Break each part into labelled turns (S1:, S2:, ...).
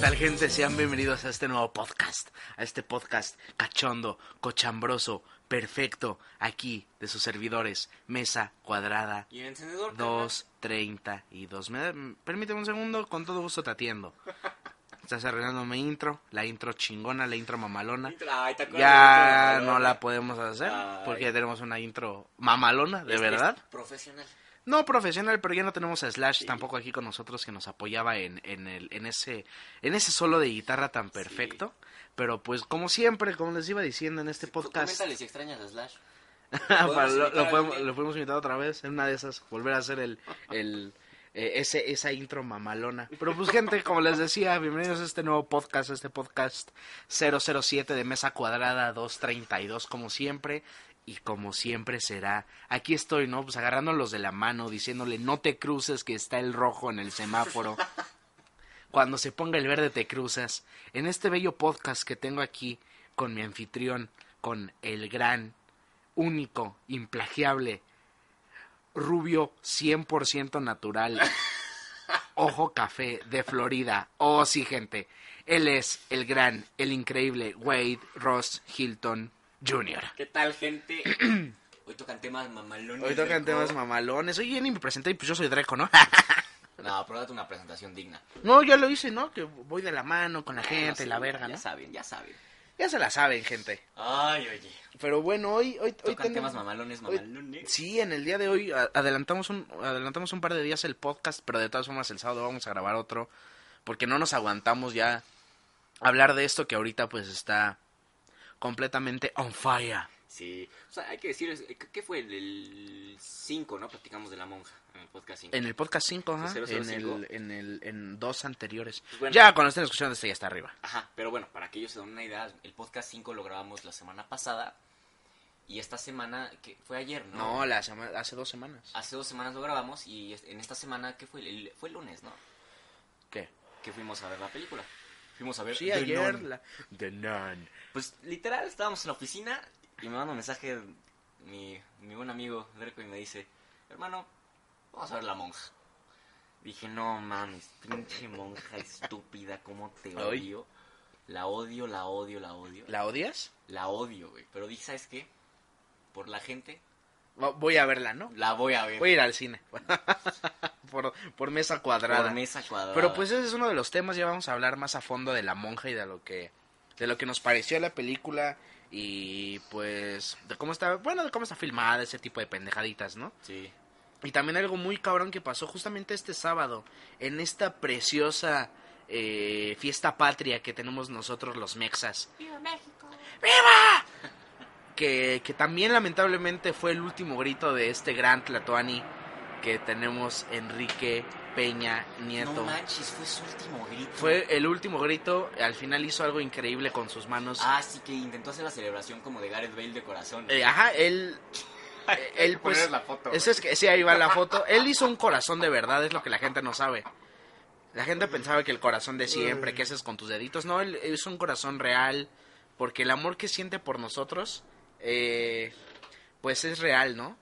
S1: tal, gente? Sean bienvenidos a este nuevo podcast, a este podcast cachondo, cochambroso, perfecto, aquí de sus servidores, Mesa Cuadrada
S2: Y el encendedor. carnal?
S1: 232. ¿Me da- Permíteme un segundo, con todo gusto te atiendo. Estás arruinando mi intro, la intro chingona, la intro mamalona.
S2: Ay, ¿te acuerdas
S1: Ya
S2: de
S1: no la podemos hacer
S2: Ay.
S1: porque ya tenemos una intro mamalona, de
S2: Es-
S1: verdad.
S2: es profesional.
S1: No profesional, pero ya no tenemos a Slash tampoco aquí con nosotros que nos apoyaba en, en, el, en, ese, en ese solo de guitarra tan perfecto. Pero pues como siempre, como les iba diciendo en este
S2: Sí, pues,
S1: podcast,
S2: Coméntale si extrañas a Slash.
S1: para-
S2: podemos
S1: lo,
S2: invitar
S1: lo podemos,
S2: algún
S1: lo podemos invitar otra vez en una de esas, volver a hacer el, el, eh, ese, esa intro mamalona. Pero pues gente, como les decía, bienvenidos a este nuevo podcast, a este podcast 007 de Mesa Cuadrada 232, como siempre. Y como siempre será, aquí estoy, ¿no? Pues agarrándolos de la mano, diciéndole, no te cruces, que está el rojo en el semáforo. Cuando se ponga el verde te cruzas. En este bello podcast que tengo aquí con mi anfitrión, con el gran, único, implagiable, rubio 100% natural, ojo café de Florida. Oh, sí, gente. Él es el gran, el increíble Wade Ross Hilton Jr.
S2: ¿Qué tal, gente? Hoy tocan temas mamalones.
S1: Hoy tocan
S2: loco.
S1: temas mamalones. Oye, ya ni me presenté y pues yo soy Dreco, ¿no?
S2: No, pero date una presentación digna.
S1: no, ya lo hice, ¿no? Que voy de la mano con la gente,
S2: No,
S1: la
S2: sí,
S1: verga, ¿no?
S2: Ya saben, ya saben.
S1: Ya se la Ah, saben, gente.
S2: Ay, oye.
S1: Pero bueno, hoy, hoy, hoy
S2: Tocan
S1: tenemos-
S2: temas mamalones,
S1: hoy-
S2: mamalones.
S1: Sí, en el día de hoy a- adelantamos un, adelantamos un par de días el podcast, pero de todas formas el sábado vamos a grabar otro, porque no nos aguantamos ya hablar de esto que ahorita pues está completamente on fire.
S2: Sí. O sea, hay que decir, es- eh, ¿qué- ¿qué fue el- el 5, no? Platicamos de la monja en el podcast 5.
S1: En el podcast 5, ajá,
S2: ¿El
S1: en,
S2: 005?
S1: el, en, el, en dos anteriores.
S2: Pues bueno.
S1: Ya cuando estén escuchando este ya está arriba.
S2: Ajá, pero bueno, para que ellos se den una idea, el podcast 5 lo grabamos la semana pasada. Y esta semana, que fue ayer, ¿no? Ah.
S1: No, la sema- hace dos semanas.
S2: Hace dos semanas lo grabamos y es- en esta semana, ¿qué fue? El, fue el lunes, ¿no?
S1: ¿Qué?
S2: Que fuimos a ver la película. Fuimos a ver
S1: Sí,
S2: The
S1: ayer.
S2: Nun.
S1: la- The Nun.
S2: Pues literal, estábamos en la oficina y me manda un mensaje mi, mi buen amigo Greco y me dice, hermano, vamos a ver la monja. Dije, no mames, pinche monja estúpida, ¿cómo te
S1: Ay.
S2: odio? La odio, la odio, la odio. La,
S1: ¿La odias?
S2: odio, güey. Pero dije, ¿sabes qué? Por la gente,
S1: Va- Voy a verla, ¿no?
S2: la voy a ver.
S1: Voy a ir al cine. por, por mesa cuadrada.
S2: por mesa cuadrada.
S1: Pero pues ese es uno de los temas, ya vamos a hablar más a fondo de la monja y de lo que de lo que nos pareció la película y pues de cómo está, bueno, de cómo está filmada, ese tipo de pendejaditas, ¿no?
S2: Sí.
S1: Y también algo muy cabrón que pasó justamente este sábado en esta preciosa eh, fiesta patria que tenemos nosotros los mexas.
S3: Viva México.
S1: que, que también lamentablemente fue el último grito de este gran Tlatoani que tenemos Enrique Peña Nieto.
S2: No manches, fue su último grito.
S1: fue el último grito, al final hizo algo increíble con sus manos.
S2: Ah, sí que intentó hacer la celebración como de Gareth Bale de corazón.
S1: Eh, ajá, él... eh, él pues...
S2: foto.
S1: Eso es que, sí, ahí va la foto. Él hizo un corazón de verdad, es lo que la gente no sabe. La gente pensaba que el corazón de siempre, que haces con tus deditos. No, él hizo un corazón real, porque el amor que siente por nosotros, eh, pues es real, ¿no?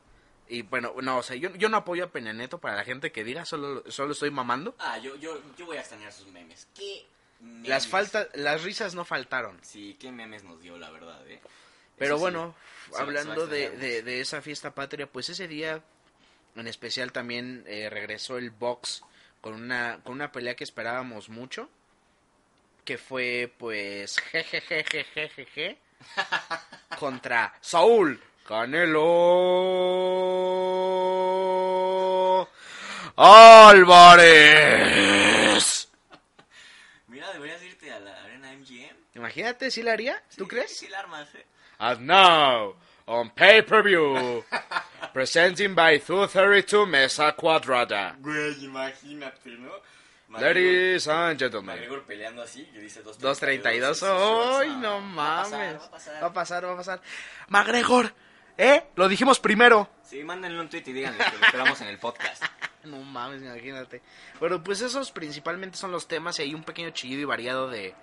S1: Y bueno, no, o sea, yo, yo no apoyo a Peña Nieto para la gente que diga, solo, solo estoy mamando.
S2: Ah, yo, yo, yo voy a extrañar sus memes. ¿Qué memes?
S1: Las, faltas, las risas no faltaron.
S2: Sí, qué memes nos dio, la verdad, eh.
S1: Pero
S2: Eso sí,
S1: bueno,
S2: se va- se va
S1: hablando
S2: a
S1: de,
S2: extrañar
S1: de- de esa fiesta patria, pues ese día en especial también eh, regresó el box con una, con una pelea que esperábamos mucho, que fue pues jejejejejeje contra Saúl Canelo Álvarez.
S2: Mira, deberías irte a la arena MGM.
S1: Imagínate, si la haría? ¿Tú
S2: Sí,
S1: crees?
S2: Sí, la armas, eh.
S1: And now, on pay-per-view, presenting by 232 Mesa Cuadrada.
S2: Güey, imagínate, ¿no? McGregor-
S1: Ladies and gentlemen.
S2: McGregor peleando así, que dice
S1: 232.
S2: sí, sí, sí,
S1: ¡Ay,
S2: sí,
S1: no
S2: va a pasar,
S1: mames!
S2: va
S1: Va
S2: a pasar.
S1: a pasar, va a pasar. McGregor, ¿eh? Lo dijimos primero.
S2: Sí, mándenle un tweet y díganle que lo esperamos en el podcast.
S1: No mames, imagínate. Pero pues esos principalmente son los temas y hay un pequeño chillido y variado de,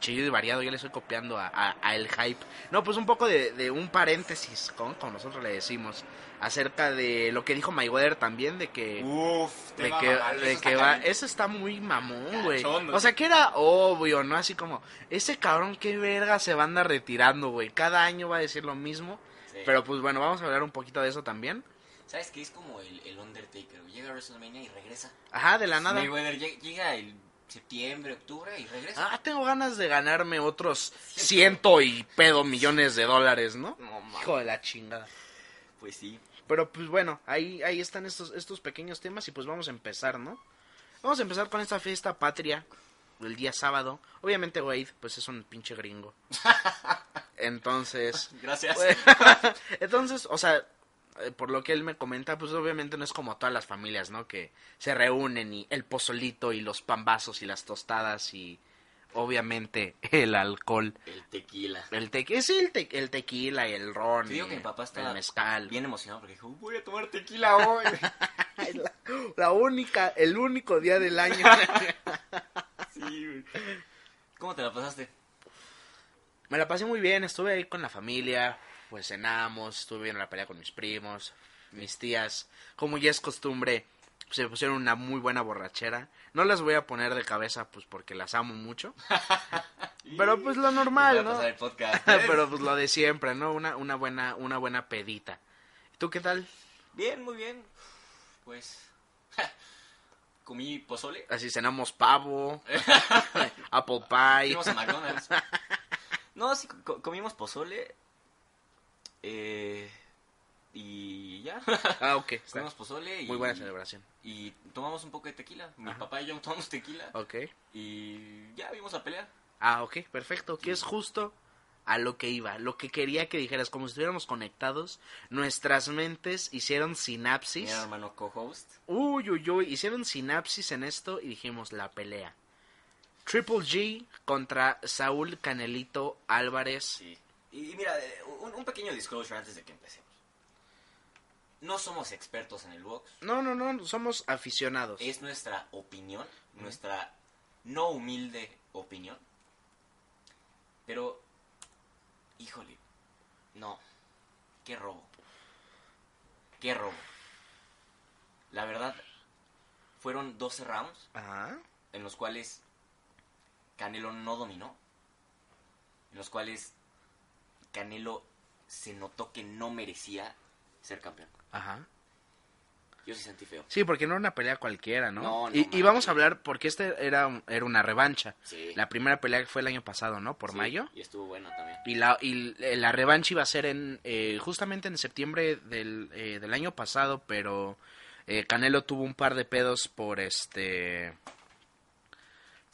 S1: chillido y variado, yo le estoy copiando a, a- a el hype. No, pues un poco de, de un paréntesis, como, como nosotros le decimos, acerca de lo que dijo Mayweather también, de que...
S3: Uf, te
S1: de
S3: va a
S1: que,
S3: mamar,
S1: de
S3: eso
S1: que
S3: está
S1: va,
S3: cañón.
S1: eso está muy mamón, güey.
S3: Cachondo.
S1: O sea, que era obvio, ¿no? Así como, ese cabrón, qué verga se va a andar retirando, güey. Cada año va a decir lo mismo.
S2: Sí.
S1: Pero pues bueno, vamos a hablar un poquito de eso también.
S2: ¿Sabes qué? Es como el, el Undertaker. güey. Llega a WrestleMania y regresa.
S1: Ajá, de la nada.
S2: Mayweather lleg- llega el septiembre, octubre y regresa.
S1: Ah, tengo ganas de ganarme otros ciento y pedo millones de dólares, ¿no?
S2: No mames.
S1: Hijo de la chingada.
S2: Pues sí.
S1: Pero pues bueno, ahí, ahí están estos, estos pequeños temas y pues vamos a empezar, ¿no? Vamos a empezar con esta fiesta patria el día sábado. Obviamente Wade, pues es un pinche gringo. Entonces,
S2: Gracias.
S1: Güey. Entonces, o sea, eh, por lo que él me comenta, pues obviamente no es como todas las familias, ¿no? Que se reúnen y el pozolito y los pambazos y las tostadas y obviamente el alcohol.
S2: El tequila.
S1: El tequila, es el, te- el tequila y el ron.
S2: Te digo
S1: y
S2: que mi papá está
S1: el mezcal.
S2: bien emocionado porque dijo, voy a tomar tequila hoy.
S1: Ay, la, la única, el único día del año.
S2: sí, güey. ¿Cómo te la pasaste?
S1: me la pasé muy bien, estuve ahí con la familia, pues cenamos, estuve viendo la pelea con mis primos, mis tías, como ya es costumbre, se pusieron una muy buena borrachera. No las voy a poner de cabeza, pues porque las amo mucho, pero pues lo
S2: Voy
S1: normal,
S2: a
S1: ¿no?
S2: pasar el podcast.
S1: Pero pues lo de siempre, ¿no? Una, una buena, una buena pedita. ¿Tú qué tal?
S2: Bien, muy bien. Pues. comí pozole.
S1: Así cenamos pavo, apple pie.
S2: Fuimos a McDonald's. No, sí, co- comimos pozole. Eh, y ya.
S1: Ah, ok. está.
S2: comimos pozole y.
S1: Muy buena celebración.
S2: Y tomamos un poco de tequila. Mi
S1: Ajá.
S2: papá y yo tomamos tequila.
S1: Ok.
S2: Y ya vimos la pelea.
S1: Ah, ok, perfecto. Que es justo a lo que iba, lo que quería que dijeras, como si estuviéramos conectados, nuestras mentes hicieron
S2: Mi
S1: sinapsis.
S2: hermano co-host.
S1: Uy, uy, uy, hicieron sinapsis en esto y dijimos la pelea. Triple G contra Saúl Canelito Álvarez.
S2: Sí. Y, y mira, eh, un, un pequeño disclosure antes de que empecemos. No somos expertos en el box.
S1: No, no, no, somos aficionados.
S2: Es nuestra opinión, nuestra no humilde opinión. Pero, híjole, no. Qué robo. Qué robo. La verdad, fueron 12 rounds
S1: Ajá.
S2: en los cuales Canelo no dominó, en los cuales Canelo se notó que no merecía ser campeón.
S1: Ajá.
S2: Yo sí sentí feo.
S1: Sí, porque no era una pelea cualquiera, ¿no?
S2: No, no,
S1: y, y
S2: man.
S1: vamos a hablar, porque este era, un- era una revancha.
S2: Sí.
S1: La primera pelea que fue el año pasado, ¿no? Por
S2: Sí,
S1: mayo.
S2: Y estuvo buena también.
S1: Y la, y l- la revancha iba a ser en eh, justamente en septiembre del, eh, del año pasado, pero eh, Canelo tuvo un par de pedos por este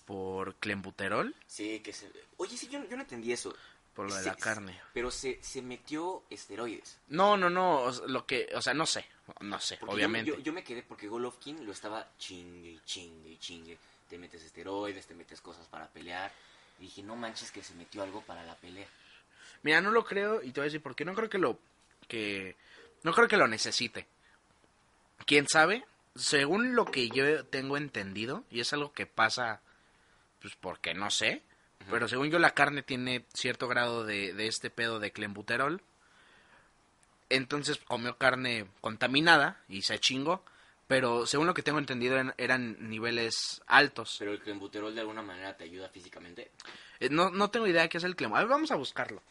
S1: por clenbuterol,
S2: Sí, que se... Oye, sí, yo, yo no entendí eso.
S1: por lo de
S2: Se-
S1: la carne.
S2: Pero se, se metió esteroides.
S1: No, no, no, o sea, lo que, o sea, no sé, no sé,
S2: Porque yo-
S1: obviamente.
S2: Yo, yo me quedé porque Golovkin lo estaba chingue y chingue y chingue. Te metes esteroides, te metes cosas para pelear. Y dije, no manches que se metió algo para la pelea.
S1: Mira, no lo creo y te voy a decir por qué. No creo que lo que no creo que lo necesite. Quién sabe. Según lo que yo tengo entendido y es algo que pasa, pues porque no sé. Pero según yo la carne tiene cierto grado de, de este pedo de clenbuterol. Entonces comió carne contaminada y se chingó. Pero según lo que tengo entendido eran, eran niveles altos.
S2: Pero el clenbuterol de alguna manera te ayuda físicamente.
S1: Eh, No, no tengo idea de qué es el clemo. A ver, vamos a buscarlo.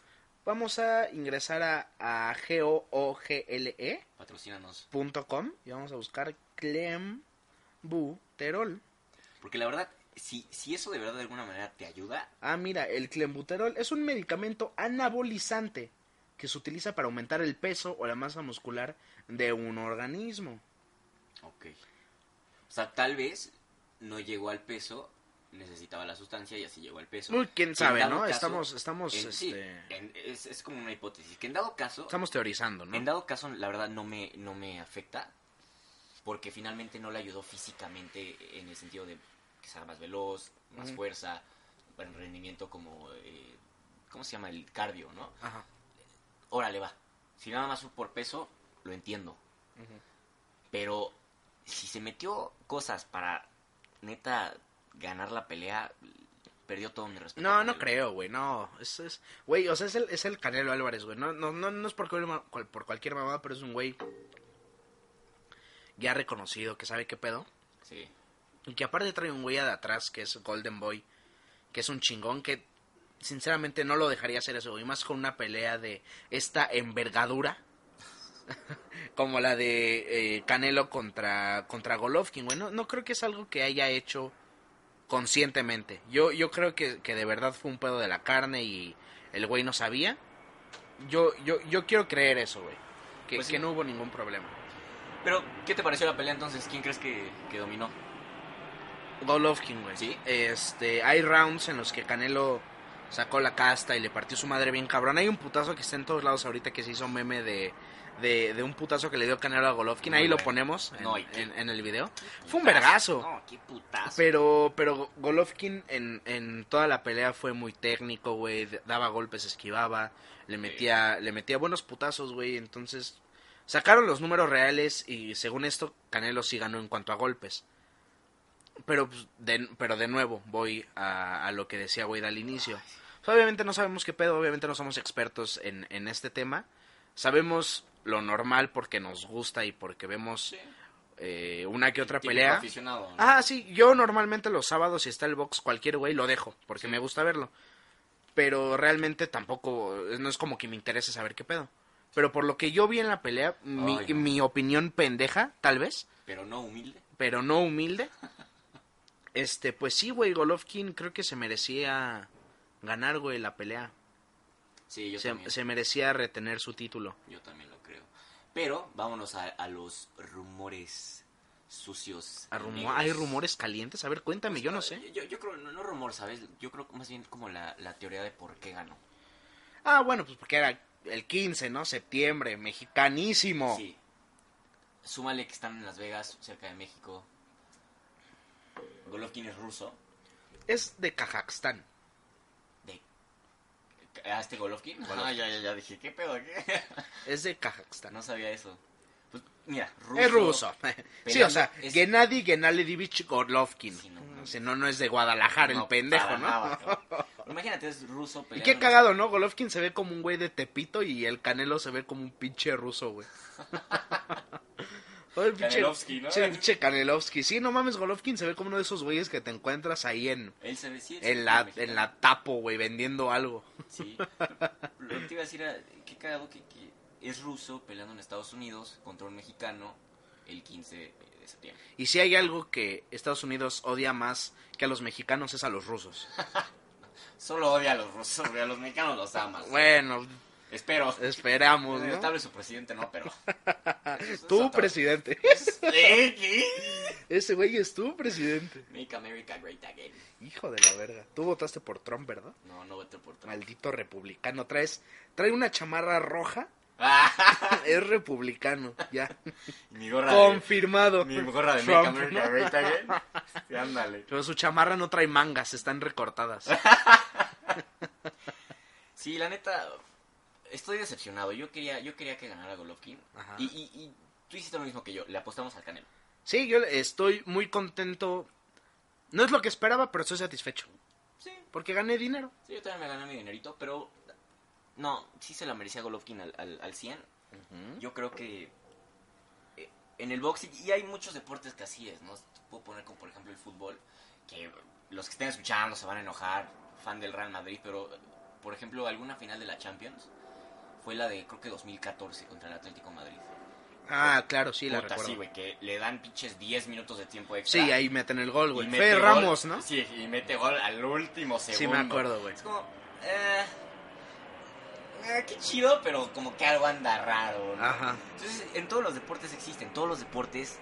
S1: Vamos a ingresar a, a google.com
S2: Patrocínanos.
S1: E y vamos a buscar clembuterol.
S2: Porque la verdad, si, si eso de verdad de alguna manera te ayuda,
S1: Ah, mira, el clenbuterol es un medicamento anabolizante que se utiliza para aumentar el peso o la masa muscular de un organismo.
S2: ok. O sea, tal vez no llegó al peso, necesitaba la sustancia y así llegó al peso.
S1: Uy, quién
S2: En
S1: sabe,
S2: dado
S1: ¿no?
S2: caso-
S1: estamos estamos
S2: en- sí,
S1: este,
S2: en- es, es como una hipótesis. Que en dado caso,
S1: estamos teorizando,
S2: en
S1: ¿no?
S2: dado caso, la verdad no me, no me afecta. Porque finalmente no le ayudó físicamente en el sentido de que sea más veloz, más
S1: Ujú.
S2: fuerza, buen rendimiento como... eh, ¿Cómo se llama? El cardio, ¿no?
S1: Ajá.
S2: órale va. Si nada más por peso, lo entiendo. Pero si se metió cosas para neta ganar la pelea, perdió todo mi respeto.
S1: No,
S2: por
S1: no
S2: él.
S1: creo, güey, no. Es, es, güey, o sea, es el, es el Canelo Álvarez, güey. No, no, no, no es por, cual- cual- por cualquier mamada, pero es un güey ya reconocido, que sabe qué pedo.
S2: Sí.
S1: Y que aparte trae un güey de atrás, que es Golden Boy, que es un chingón que sinceramente no lo dejaría hacer eso, güey. Más con una pelea de esta envergadura, como la de eh, Canelo contra, contra Golovkin, güey. No, no creo que es algo que haya hecho conscientemente. Yo, yo creo que, que de verdad fue un pedo de la carne y el güey no sabía. Yo, yo, yo quiero creer eso, güey. Que,
S2: Pues sí.
S1: que no hubo ningún problema.
S2: Pero, ¿qué te pareció la pelea entonces? ¿Quién crees que, que dominó?
S1: Golovkin, güey.
S2: Sí.
S1: Este, hay rounds en los que Canelo sacó la casta y le partió su madre bien cabrón. Hay un putazo que está en todos lados ahorita que se hizo meme de, de, de un putazo que le dio Canelo a Golovkin.
S2: Muy
S1: Ahí lo
S2: bueno.
S1: ponemos en,
S2: No, y qué-
S1: en- en el video. Fue un vergazo.
S2: No, qué putazo.
S1: Pero, pero Golovkin en, en toda la pelea fue muy técnico, güey. D- Daba golpes, esquivaba, le metía, le metía buenos putazos, güey. Entonces, sacaron los números reales y según esto, Canelo sí ganó en cuanto a golpes. Pero, pues, de, pero de nuevo, voy a, a lo que decía Wade al inicio. O sea, obviamente no sabemos qué pedo, obviamente no somos expertos en, en este tema. Sabemos lo normal porque nos gusta y porque vemos
S2: Sí.
S1: eh, una que otra
S2: Típico
S1: pelea.
S2: aficionado, ¿no?
S1: Ah, sí, yo normalmente los sábados si está el box cualquier güey lo dejo, porque
S2: Sí.
S1: me gusta verlo. Pero realmente tampoco, no es como que me interese saber qué pedo. Pero por lo que yo vi en la pelea, mi,
S2: Ay, no.
S1: mi opinión pendeja, tal vez,
S2: Pero no humilde.
S1: pero no humilde. Este, pues sí, güey, Golovkin creo que se merecía ganar, güey, la pelea.
S2: Sí, yo
S1: Se,
S2: también.
S1: se merecía retener su título.
S2: Yo también lo creo. Pero vámonos a, a los rumores sucios.
S1: A rumo-
S2: negros. Ah,
S1: ¿Hay rumores calientes? A ver, cuéntame, yo no sé.
S2: Yo, yo creo, no, no rumor, ¿sabes? Yo creo más bien como la, la teoría de por qué ganó.
S1: Ah, bueno, pues porque era el 15, ¿no? Septiembre, mexicanísimo.
S2: Sí. Súmale que están en Las Vegas, cerca de México. Golovkin es ruso.
S1: Es de Kazajstán.
S2: De... ¿A este Golovkin? Ah,
S1: Golovkin.
S2: ya, ya, ya dije, ¿qué pedo? ¿Qué?
S1: Es de Kazajstán.
S2: no sabía eso. Pues mira, ruso.
S1: es ruso. sí, o sea,
S2: es-
S1: Gennady Gennadyevich Golovkin.
S2: Sí, no, no.
S1: Si no, no es de Guadalajara el
S2: No,
S1: pendejo,
S2: para
S1: ¿no?
S2: nada, cabrón. Imagínate, es ruso
S1: Y
S2: peleando
S1: qué
S2: en-
S1: cagado, ¿no? Golovkin se ve como un güey de Tepito y el Canelo se ve como un pinche ruso, güey. Todo el pinche,
S2: Kanelovsky, ¿no?
S1: sí, el pinche Kanelovsky. Sí, no mames, Golovkin se ve como uno de esos güeyes que te encuentras ahí en,
S2: Él se ve, sí, es
S1: en, la,
S2: mexicano.
S1: en la tapo, güey, vendiendo algo.
S2: Sí. Lo que te iba a decir era, qué cagado que, que es ruso peleando en Estados Unidos contra un mexicano el 15 de septiembre.
S1: Y si hay algo que Estados Unidos odia más que a los mexicanos es a los rusos.
S2: Solo odia a los rusos, güey, a los mexicanos los amas.
S1: Bueno,
S2: Espero.
S1: esperamos, ¿no?
S2: Eh, Tal vez su presidente no, pero... Eso es
S1: Tu
S2: otra-
S1: presidente.
S2: ¿Eh? ¿Qué?
S1: Ese güey es tu presidente.
S2: Make America Great Again.
S1: Hijo de la verga. Tú votaste por Trump, ¿verdad?
S2: No, no voté por Trump.
S1: Maldito republicano. Traes, trae una chamarra roja. Es republicano, ya.
S2: Ah, mi gorra
S1: Confirmado.
S2: de... Mi gorra de
S1: Trump,
S2: Make America
S1: ¿no?
S2: Great Again. Sí, ándale.
S1: Pero su chamarra no trae mangas, están recortadas.
S2: Sí, la neta, estoy decepcionado. Yo quería, yo quería que ganara Golovkin.
S1: Ajá.
S2: Y, y, y tú hiciste lo mismo que yo. Le apostamos al Canelo.
S1: Sí, yo estoy muy contento. No es lo que esperaba, pero estoy satisfecho.
S2: Sí,
S1: Porque gané dinero.
S2: sí, yo también me gané mi dinerito, pero no, sí se la merecía Golovkin al, al, al 100. Yo creo que eh, en el boxing, y hay muchos deportes que así es, ¿no? Te Puedo poner como por ejemplo el fútbol, que los que estén escuchando se van a enojar, fan del Real Madrid, pero por ejemplo alguna final de la Champions fue la de creo que 2014 contra el Atlético de Madrid.
S1: Ah, claro, sí, la
S2: Puta, sí,
S1: recuerdo.
S2: güey, que le dan pinches 10 minutos de tiempo
S1: Sí,
S2: extra.
S1: ahí meten el gol,
S2: Y
S1: güey.
S2: mete
S1: Fue
S2: gol-
S1: Ramos, ¿no?
S2: Sí, y mete gol al último segundo.
S1: Sí, me acuerdo, güey.
S2: Es como, eh, eh, qué chido, pero como que algo anda raro, ¿no?
S1: Ajá.
S2: Entonces, en todos los deportes existe, en todos los deportes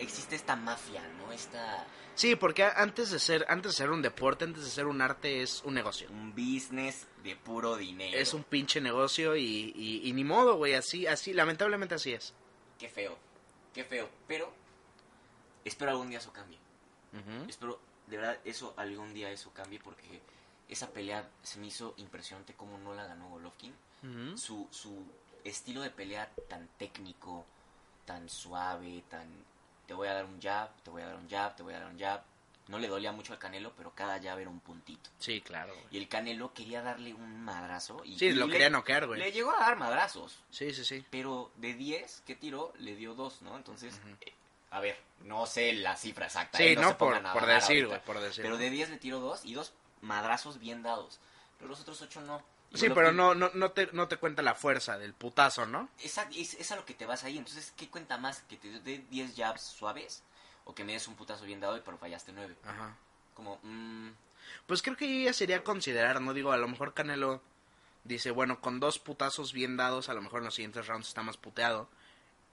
S2: existe esta mafia, ¿no? Esta,
S1: Sí, porque a- antes de ser antes de ser un deporte, antes de ser un arte es un negocio.
S2: un business de puro dinero.
S1: Es un pinche negocio y, y, y ni modo, güey, así así lamentablemente así es.
S2: Qué feo, qué feo, pero espero algún día eso cambie.
S1: ¿Mm?
S2: Espero, de verdad, eso algún día eso cambie porque esa pelea se me hizo impresionante cómo no la ganó Golovkin.
S1: Ujú.
S2: Su, su estilo de pelea tan técnico, tan suave, tan... Te voy a dar un jab, te voy a dar un jab, te voy a dar un jab. No le dolía mucho al Canelo, pero cada llave era un puntito.
S1: Sí, claro, güey.
S2: Y el Canelo quería darle un madrazo. Y,
S1: Sí,
S2: y
S1: lo
S2: le-
S1: quería noquear,
S2: Le
S1: güey.
S2: llegó a dar madrazos,
S1: Sí, sí, sí.
S2: pero de 10 que tiró, le dio 2, ¿no? Entonces, eh, a ver, no sé la cifra exacta.
S1: Sí,
S2: eh,
S1: no,
S2: se
S1: por,
S2: pongan a
S1: por
S2: bajar
S1: decir,
S2: ahorita.
S1: güey, por decir.
S2: Pero de 10 le tiró 2 y dos madrazos bien dados. Pero los otros 8 no. Y
S1: Sí,
S2: lo
S1: pero
S2: que-
S1: no, no, no, te, no te cuenta la fuerza del putazo, ¿no?
S2: Esa, es, es a lo que te vas ahí. Entonces, ¿qué cuenta más? ¿Que te dé 10 jabs suaves? ¿O que me des un putazo bien dado y pero fallaste 9?
S1: Ajá.
S2: Como, mmm,
S1: Pues creo que ya sería considerar, ¿no? Digo, a lo mejor Canelo dice, bueno, con dos putazos bien dados, a lo mejor en los siguientes rounds está más puteado.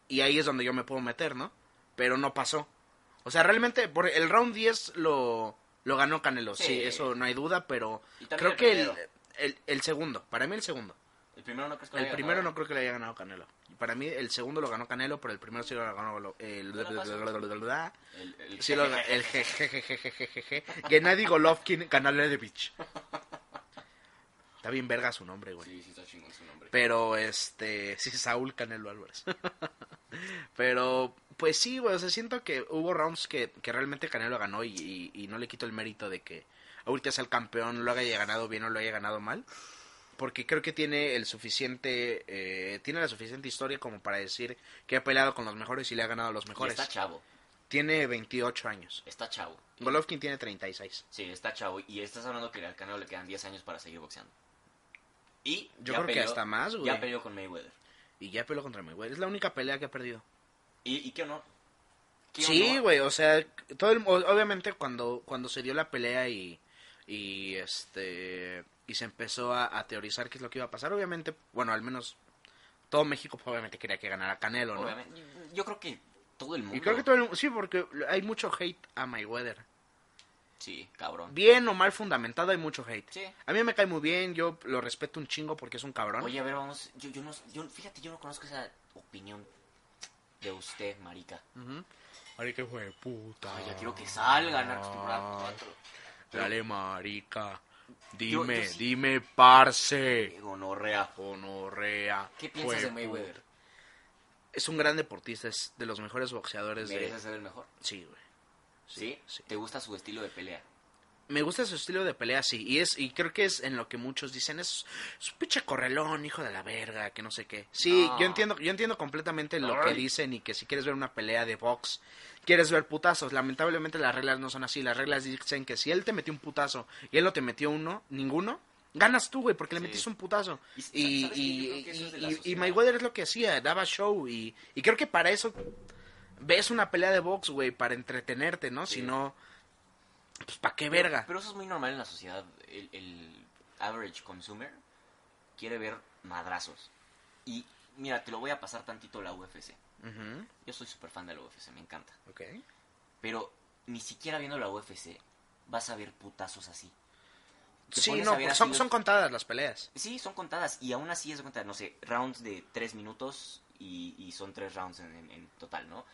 S1: Y ahí es donde yo me puedo meter, ¿no? Pero no pasó. O sea, realmente, por el round 10 lo, lo ganó Canelo, sí.
S2: Sí.
S1: eso no hay duda, pero
S2: Y también
S1: creo que
S2: el
S1: el,
S2: primero.
S1: el, el segundo, para mí el segundo.
S2: el primero no crees que lo
S1: El
S2: haya
S1: primero
S2: ganado?
S1: no creo que le haya ganado Canelo. Para mí el segundo lo ganó Canelo, pero el primero sí lo ganó lo- el...
S2: No lo El, el-
S1: Sí, lo- el jejejejejejeje. Gennady Golovkin Canalevich. Está bien verga su nombre, güey.
S2: Sí, sí, está chingón su nombre.
S1: Pero, este, sí, Saúl Canelo Álvarez. Pero, pues sí, güey, o sea, siento que hubo rounds que, que realmente Canelo ganó y, y- y no le quito el mérito de que ahorita sea el campeón, lo haya ganado bien o lo haya ganado mal. Porque creo que tiene el suficiente, eh, tiene la suficiente historia como para decir que ha peleado con los mejores y le ha ganado a los
S2: Y
S1: mejores.
S2: está chavo,
S1: Tiene 28 años.
S2: está chavo.
S1: Golovkin tiene 36.
S2: Sí, está chavo. Y estás hablando que al Canelo le quedan 10 años para seguir boxeando. Y
S1: Yo
S2: ya
S1: creo que
S2: peleó-
S1: hasta más, güey.
S2: Ya peleó con Mayweather.
S1: Y ya peleó contra Mayweather. Es la única pelea que ha perdido.
S2: ¿Y, y qué honor? ¿Qué
S1: Sí,
S2: honor?
S1: güey. O sea, todo el- o- obviamente cuando, cuando se dio la pelea y, y este y se empezó a, a teorizar qué es lo que iba a pasar, obviamente, bueno, al menos todo México pues, obviamente quería que ganara Canelo, ¿no?
S2: Obviamente, yo- Yo creo que todo el mundo.
S1: Y creo que todo el- sí, porque hay mucho hate a Mayweather.
S2: Sí, cabrón.
S1: Bien o mal fundamentado hay mucho hate.
S2: Sí.
S1: A mí me cae muy bien, yo lo respeto un chingo porque es un cabrón.
S2: Oye, a ver, vamos. Yo, yo no, yo, fíjate, yo no conozco esa opinión de usted, marica.
S1: Ujú. Marica, hijo de puta.
S2: Ay, ya quiero que salga Narcos temporada 4.
S1: Dale, marica.
S2: Yo-
S1: Dime,
S2: yo sí-
S1: dime, parce.
S2: Qué gonorrea.
S1: Honorrea.
S2: ¿Qué piensas de
S1: Juepu-
S2: Mayweather?
S1: Es un gran deportista, es de los mejores boxeadores
S2: ¿Merece
S1: de...
S2: ser el mejor?
S1: Sí, güey.
S2: ¿Sí?
S1: sí.
S2: ¿Te gusta su estilo de pelea?
S1: Me gusta su estilo de pelea, sí. Y, es, y creo que es en lo que muchos dicen, es, es un pinche correlón, hijo de la verga, que no sé qué. Sí,
S2: No.
S1: yo entiendo yo entiendo completamente lo que
S2: Ay.
S1: dicen y que si quieres ver una pelea de box, quieres ver putazos. Lamentablemente las reglas no son así. Las reglas dicen que si él te metió un putazo y él no te metió uno, ninguno, ganas tú, güey, porque le
S2: Sí.
S1: metiste un putazo.
S2: Y-
S1: Y,
S2: ¿sabes qué?
S1: y-
S2: Yo creo que eso es de la
S1: y- y
S2: sociedad.
S1: Mayweather es lo que hacía, daba show. Y, y creo que para eso ves una pelea de box, güey, para entretenerte, ¿no?
S2: Sí.
S1: Si no, pues, ¿para qué verga?
S2: Pero eso es muy normal en la sociedad. El, el average consumer quiere ver madrazos. Y mira, te lo voy a pasar tantito la UFC.
S1: Ujú,
S2: Yo soy súper fan de la UFC, me encanta.
S1: ok.
S2: Pero ni siquiera viendo la UFC vas a ver putazos así. Te
S1: Sí,
S2: pones
S1: no,
S2: a ver
S1: pues
S2: así
S1: son,
S2: los-
S1: son contadas las peleas.
S2: Sí, son contadas. Y aún así es cuenta, no sé, rounds de tres minutos y, y son tres rounds en, en- en total, ¿no?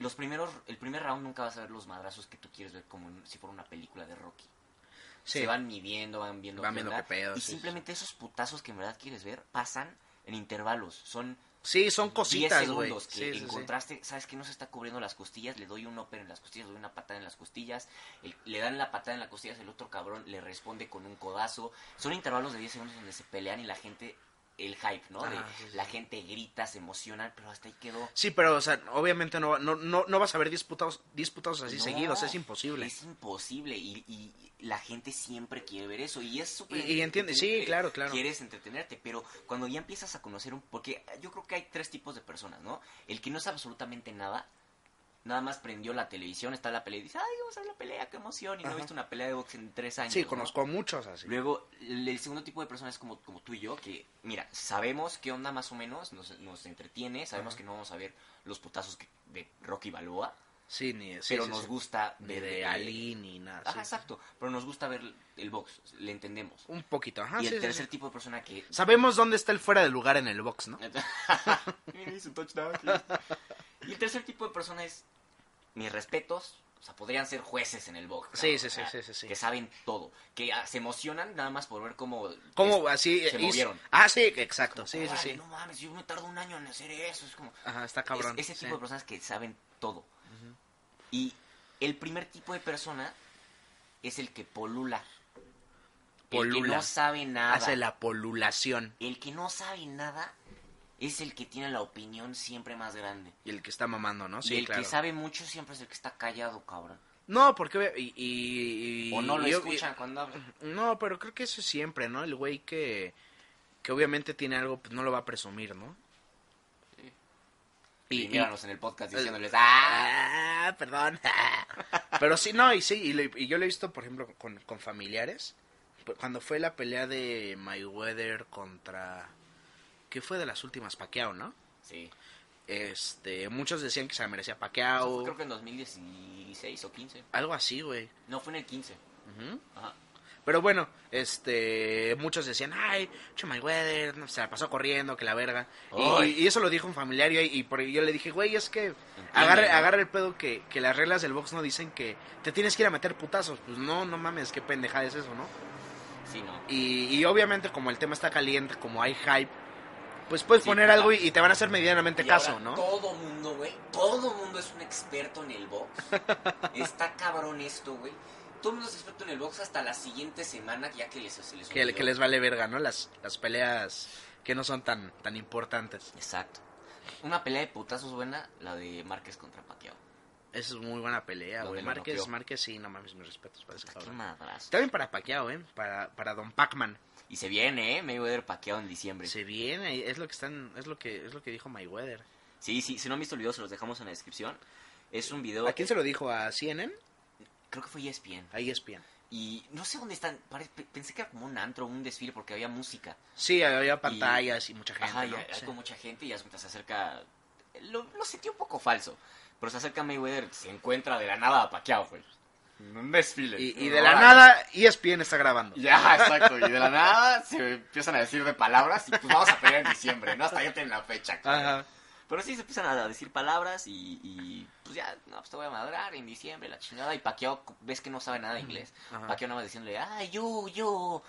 S2: Los primeros, el primer round nunca vas a ver los madrazos que tú quieres ver como en- si fuera una película de Rocky.
S1: Sí.
S2: Se van midiendo, van viendo,
S1: Van
S2: qué
S1: viendo
S2: onda,
S1: qué pedo,
S2: Y
S1: sí, sí,
S2: simplemente esos putazos que en verdad quieres ver pasan en intervalos. Son
S1: Sí, son
S2: 10
S1: cositas, güey.
S2: segundos
S1: Sí,
S2: que
S1: sí, sí.
S2: encontraste, sabes que no se está cubriendo las costillas, le doy un upper en las costillas, le doy una patada en las costillas, el- le dan la patada en las costillas, el otro cabrón le responde con un codazo. Son intervalos de 10 segundos donde se pelean y la gente, el hype, ¿no? De-
S1: Ah, sí, sí,
S2: La
S1: sí.
S2: gente grita, se emociona, pero hasta ahí quedó.
S1: Sí, pero, o sea, obviamente no, va- no, no, no vas a ver disputados, disputados así
S2: No,
S1: seguidos, es imposible.
S2: Es imposible y, y la gente siempre quiere ver eso y es súper...
S1: Y- y entiende, sí,
S2: entretenerte.
S1: claro, claro.
S2: Quieres entretenerte, pero cuando ya empiezas a conocer un... Porque yo creo que hay tres tipos de personas, ¿no? El que no sabe absolutamente nada, nada más prendió la televisión, está la pelea y dice, ay, vamos a ver la pelea, qué emoción, y no he
S1: Ajá.
S2: visto una pelea de box en tres años.
S1: Sí,
S2: ¿no?
S1: conozco a muchos así.
S2: Luego, el el segundo tipo de personas como, como tú y yo, que, mira, sabemos qué onda más o menos, nos, nos entretiene, sabemos
S1: Ajá.
S2: que no vamos a ver los putazos que- de Rocky Balboa,
S1: Sí, ni sí,
S2: pero
S1: sí,
S2: nos
S1: sí.
S2: gusta
S1: Ni
S2: ver
S1: de
S2: eh,
S1: Ali ni nada.
S2: Ajá,
S1: sí.
S2: exacto. Pero nos gusta ver el box, le entendemos.
S1: Un poquito, ajá.
S2: y
S1: sí, sí,
S2: el tercer
S1: sí.
S2: tipo de persona que...
S1: Sabemos dónde está el fuera de lugar en el box, ¿no?
S2: Mira, hizo un touchdown. y el tercer tipo de persona es mis respetos. O sea, podrían ser jueces en el box. ¿no?
S1: Sí, sí,
S2: O
S1: sí,
S2: sea,
S1: sí, sí, sí.
S2: Que saben todo. Que ah, se emocionan nada más por ver cómo...
S1: ¿Cómo así?
S2: se
S1: eh,
S2: movieron.
S1: Ah, sí, exacto. Sí, sí,
S2: Órale,
S1: sí.
S2: No mames, yo me tardo un año en hacer eso. Es como...
S1: Ajá, está cabrón.
S2: Es- ese
S1: sí.
S2: tipo de personas que saben todo. Y El primer tipo de persona es el que polula. El que
S1: Polula.
S2: no sabe nada.
S1: Hace la polulación.
S2: El que no sabe nada es el que tiene la opinión siempre más grande.
S1: Y el que está mamando, ¿no?
S2: y
S1: Sí,
S2: el
S1: claro.
S2: que sabe mucho siempre es el que está callado, cabrón.
S1: No, porque... ve- Y, y- y-
S2: O no lo
S1: y-
S2: escuchan cuando hablan.
S1: No, pero creo que eso es siempre, ¿no? El güey que, que obviamente tiene algo, pues no lo va a presumir, ¿no?
S2: Y,
S1: Y- Eh,
S2: míranos en el podcast
S1: el-
S2: diciéndoles, ¡ah!
S1: Ah, perdón. Pero sí, no, y sí, y, lo- y yo lo he visto, por ejemplo, con, con familiares. Pu- Cuando fue la pelea de Mayweather contra... que fue de las últimas? Pacquiao, ¿no?
S2: Sí.
S1: Este, muchos decían que se la merecía
S2: Eso fue
S1: Pacquiao.
S2: creo que en 2016 o 15.
S1: Algo así, güey.
S2: No, fue en el 15.
S1: Ujú.
S2: Ajá.
S1: Pero bueno, este, muchos decían, ay, che Mayweather, no, se la pasó corriendo, que la verga. Y,
S2: Ay.
S1: y- y eso lo dijo un familiar y, y por, yo le dije, güey, es que
S2: Entiende,
S1: agarre,
S2: ¿no?
S1: agarre el pedo que, que las reglas del box no dicen que te tienes que ir a meter putazos. Pues no, no mames, qué pendejada es eso, ¿no?
S2: Sí, no.
S1: Y, y obviamente como el tema está caliente, como hay hype, pues puedes
S2: Sí,
S1: poner
S2: claro.
S1: algo y, y te van a hacer medianamente
S2: Y
S1: este caso,
S2: ahora
S1: ¿no?
S2: Todo mundo, güey. Todo mundo es un experto en el box. Está cabrón esto, güey. Todo mundo es experto en el box hasta la siguiente semana, ya que les, se les
S1: Que,
S2: olvidó.
S1: que les vale verga, ¿no? Las, las peleas que no son tan, tan importantes.
S2: Exacto. Una pelea de putazos buena, la de Márquez contra Paquiao.
S1: Esa es muy buena pelea,
S2: Lo
S1: güey.
S2: del
S1: Márquez,
S2: monopleo.
S1: Márquez, sí, no mames, mis respetos para ese
S2: Qué
S1: cabrón.
S2: madrazo.
S1: También para Pacquiao, ¿eh? Para, para Don Pacman.
S2: Y se viene, ¿eh? Mayweather Paquiao en diciembre. Sí.
S1: Se viene, es lo que están, es lo que, es lo que dijo Mayweather.
S2: sí, Si no han visto el video, se los dejamos en la descripción. Es un video.
S1: ¿A quién se lo dijo? ¿A CNN?
S2: Creo que fue E ESPN.
S1: A E ESPN.
S2: Y no sé dónde están. pare- pe- Pensé que era como un antro, un desfile, porque había música.
S1: Sí, había pantallas y, mucha gente,
S2: Ajá, y
S1: ¿no?
S2: hay
S1: Sí.
S2: con mucha gente y hasta se acerca. Lo, lo sentí un poco falso. Pero se acerca Mayweather, se encuentra de la nada a Pacquiao, pues. güey. En un desfile.
S1: Y, y de la
S2: Ahora,
S1: nada, E ESPN está grabando.
S2: Ya, exacto. Y de la nada se empiezan a decir de palabras y pues vamos a pelear en diciembre, ¿no? Hasta ya tienen la fecha. claro.
S1: Ajá.
S2: Pero sí se empiezan a decir palabras y, y, pues ya, no, pues te voy a madrar en diciembre, la chingada. Y Paquiao, ves que no sabe nada de inglés.
S1: Ajá.
S2: Paquiao nada más diciéndole, ah, you, you,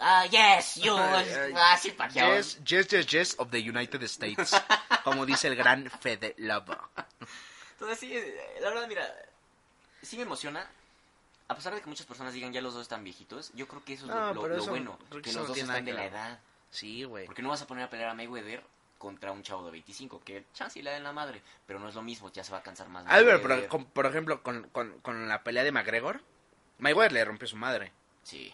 S2: ah, yes, you.
S1: Ay, ay.
S2: Así Paquiao.
S1: Yes, yes, yes, yes of the United States. como dice el gran Fede Lobo.
S2: Entonces sí, eh, la verdad, mira, sí me emociona. A pesar de que muchas personas digan ya los dos están viejitos, yo creo que eso es
S1: No,
S2: lo, lo-
S1: pero
S2: lo
S1: eso-
S2: bueno,
S1: creo que
S2: que,
S1: eso no
S2: los dos
S1: tiene
S2: están de
S1: nada
S2: la
S1: que ver.
S2: edad.
S1: Sí, güey.
S2: Porque no vas a poner a pelear a Mayweather contra un chavo de 25, que chance y le den la madre, pero no es lo mismo, ya se va a cansar más.
S1: A ver,
S2: Mayweather.
S1: pero, con- por ejemplo, con, con- con la pelea de McGregor, Mayweather le rompió su madre.
S2: Sí,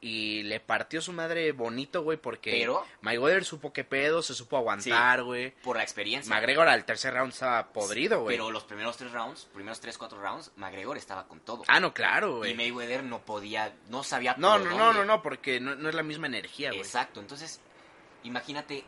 S1: Y le partió su madre bonito, güey, porque
S2: Pero-
S1: Mayweather supo qué pedo, se supo aguantar, güey.
S2: por la experiencia.
S1: McGregor al tercer round estaba podrido, güey.
S2: Pero los primeros tres rounds, primeros tres, cuatro rounds, McGregor estaba con todo.
S1: Ah, no, claro,
S2: y
S1: güey.
S2: Mayweather no podía, no sabía
S1: No,
S2: por
S1: no, no,
S2: dónde.
S1: no, no, porque no, no es la misma energía, güey.
S2: Exacto, entonces, imagínate,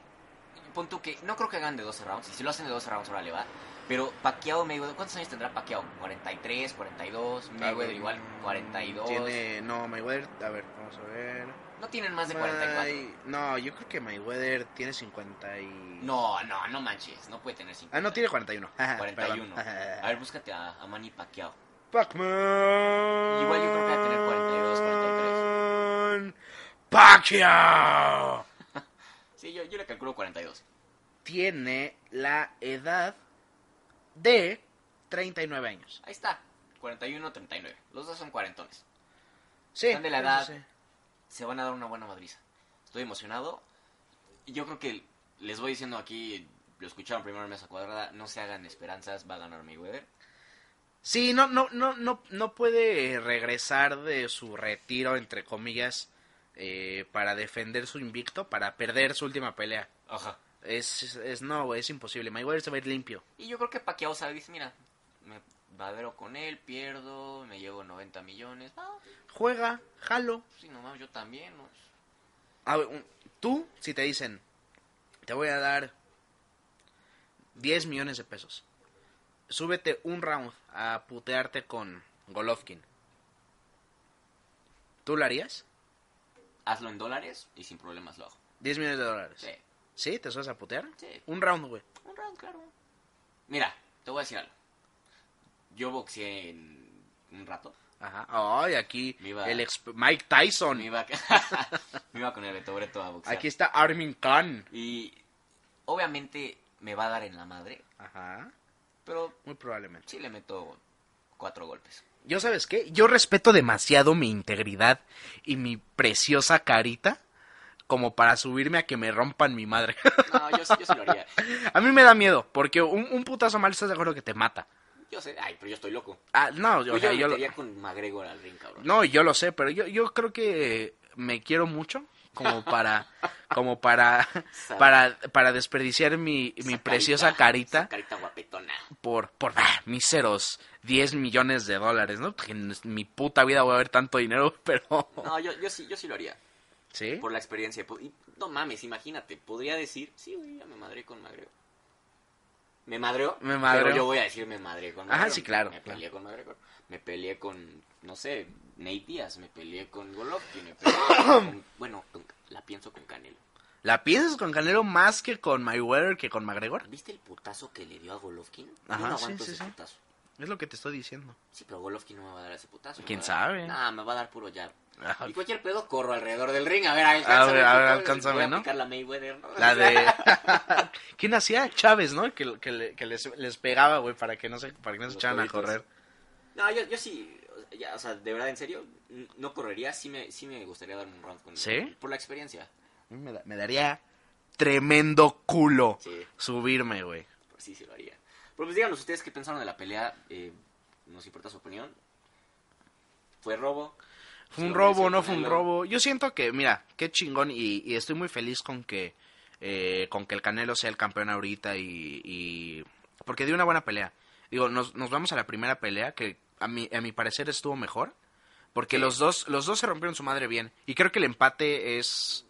S2: pon tú que, no creo que hagan de 12 rounds, y si lo hacen de 12 rounds, ahora le va. Pero Pacquiao, Mayweather, ¿cuántos años tendrá Pacquiao? 43, 42, Mayweather igual 42.
S1: Ah, Tiene, no, Mayweather, a ver, vamos a ver.
S2: No tienen más de
S1: May-
S2: 44.
S1: No, yo creo que Mayweather tiene 50 y...
S2: No, no, no manches, no puede tener 50.
S1: Ah, no, tiene 41. Ajá, perdón.
S2: 41.
S1: Ah, Ajá.
S2: A ver, búscate a, a Manny Pacquiao.
S1: Pac-Man.
S2: Igual yo creo que va a tener 42,
S1: 43. Pacquiao.
S2: Sí, yo, yo le calculo 42.
S1: Tiene la edad de 39 años.
S2: Ahí está, 41, 39. Los dos son cuarentones.
S1: Sí.
S2: Están de la edad.
S1: sí, sí.
S2: se van a dar una buena madriza. Estoy emocionado. Yo creo que les voy diciendo aquí, lo escucharon primero en Mesa Cuadrada, no se hagan esperanzas, va a ganar Mayweather.
S1: Sí, no, no, no, no, no puede regresar de su retiro, entre comillas, eh, para defender su invicto, para perder su última pelea.
S2: Ajá.
S1: Es, es, es- no, güey, es imposible. Mayweather se va a ir limpio.
S2: Y yo creo que Pacquiao sabe, dice, mira, me badero con él, pierdo, me llevo 90 millones. Ah,
S1: Juega, jalo,
S2: sí, no mames, yo también. no.
S1: A ver, Ah, un- tú, si te dicen, te voy a dar 10 millones de pesos, súbete un round a putearte con Golovkin, ¿tú lo harías?
S2: Hazlo en dólares y sin problemas lo hago.
S1: 10 millones de dólares.
S2: Sí,
S1: ¿Sí? ¿Te subes a putear?
S2: Sí.
S1: Un round, güey.
S2: un round, claro. Mira, te voy a decir algo. Yo boxeé en un rato.
S1: Ajá. Ay, aquí
S2: Me iba-
S1: el exp- Mike Tyson.
S2: Me iba, me iba con el Beto Breto a boxear.
S1: Aquí está Armin Khan.
S2: Y obviamente me va a dar en la madre,
S1: Ajá.
S2: pero
S1: Muy probablemente.
S2: sí le meto cuatro golpes.
S1: Yo sabes qué, yo respeto demasiado mi integridad y mi preciosa carita como para subirme a que me rompan mi madre.
S2: No, yo, sí- yo sí lo haría.
S1: a mí me da miedo, porque un, un putazo mal estás de acuerdo que te mata.
S2: Yo sé, ay, pero yo estoy loco.
S1: Ah, no, yo,
S2: Yo,
S1: o sea, yo lo,
S2: yo, me metería con McGregor al ring, cabrón.
S1: no, yo lo sé, pero yo, yo creo que me quiero mucho como para como para
S2: Esa-
S1: para para desperdiciar mi, mi
S2: esa
S1: preciosa
S2: carita,
S1: carita
S2: esa carita guapetona.
S1: por, por bah, míseros 10 millones de dólares, ¿no? Porque en mi puta vida voy a ver tanto dinero, pero...
S2: No, yo, yo, sí, yo sí lo haría.
S1: ¿Sí?
S2: Por la experiencia. po- y no mames, imagínate. Podría decir, sí, güey, ya me madré con Magreo. ¿Me madreó?
S1: Me madreó.
S2: Pero yo voy a decir me madré con
S1: Ajá,
S2: Magreo.
S1: sí, claro,
S2: Me
S1: claro.
S2: peleé con Magreo. Me peleé con, no sé, Nate Díaz. Me peleé con Golovkin. Me peleé con, bueno, con- la pienso con Canelo.
S1: ¿La piensas con Canelo más que con Mayweather que con McGregor?
S2: ¿Viste el putazo que le dio a Golovkin?
S1: Ajá,
S2: yo no
S1: sí,
S2: aguanto
S1: sí,
S2: ese
S1: sí.
S2: putazo.
S1: Es lo que te estoy diciendo.
S2: Sí, pero Golovkin no me va a dar ese putazo. me
S1: ¿Quién
S2: va a dar-
S1: sabe?
S2: Nah, me va a dar puro jab.
S1: Ajá.
S2: Y cualquier pedo corro alrededor del ring. A ver, alcánzame.
S1: ver, a ver,
S2: puto,
S1: alcánzame,
S2: voy a
S1: ¿no?
S2: aplicar la Mayweather, ¿no?
S1: La de... ¿Quién hacía? Chávez, ¿no? Que, que, le- que les, les pegaba, güey, para que no se, para que no se
S2: Los
S1: echaran a
S2: huevitos.
S1: correr.
S2: No, yo, yo sí, o sea, ya, o sea, de verdad, en serio, n- no correría, sí me, sí me gustaría darme un round con él.
S1: ¿Sí?
S2: Por la experiencia.
S1: A mí Me, da- me daría tremendo culo
S2: Sí.
S1: subirme, güey.
S2: Sí, sí lo haría. Pero pues díganos ustedes qué pensaron de la pelea, eh, nos importa su opinión. ¿Fue robo?
S1: Fue un
S2: Sí,
S1: robo,
S2: sí,
S1: no fue un
S2: Canelo.
S1: robo. Yo siento que, mira, qué chingón y, y estoy muy feliz con que eh, con que el Canelo sea el campeón ahorita y, y- porque dio una buena pelea. Digo, nos, nos vamos a la primera pelea que a mi a mi parecer estuvo mejor porque
S2: Sí.
S1: los dos los dos se rompieron su madre bien y creo que el empate es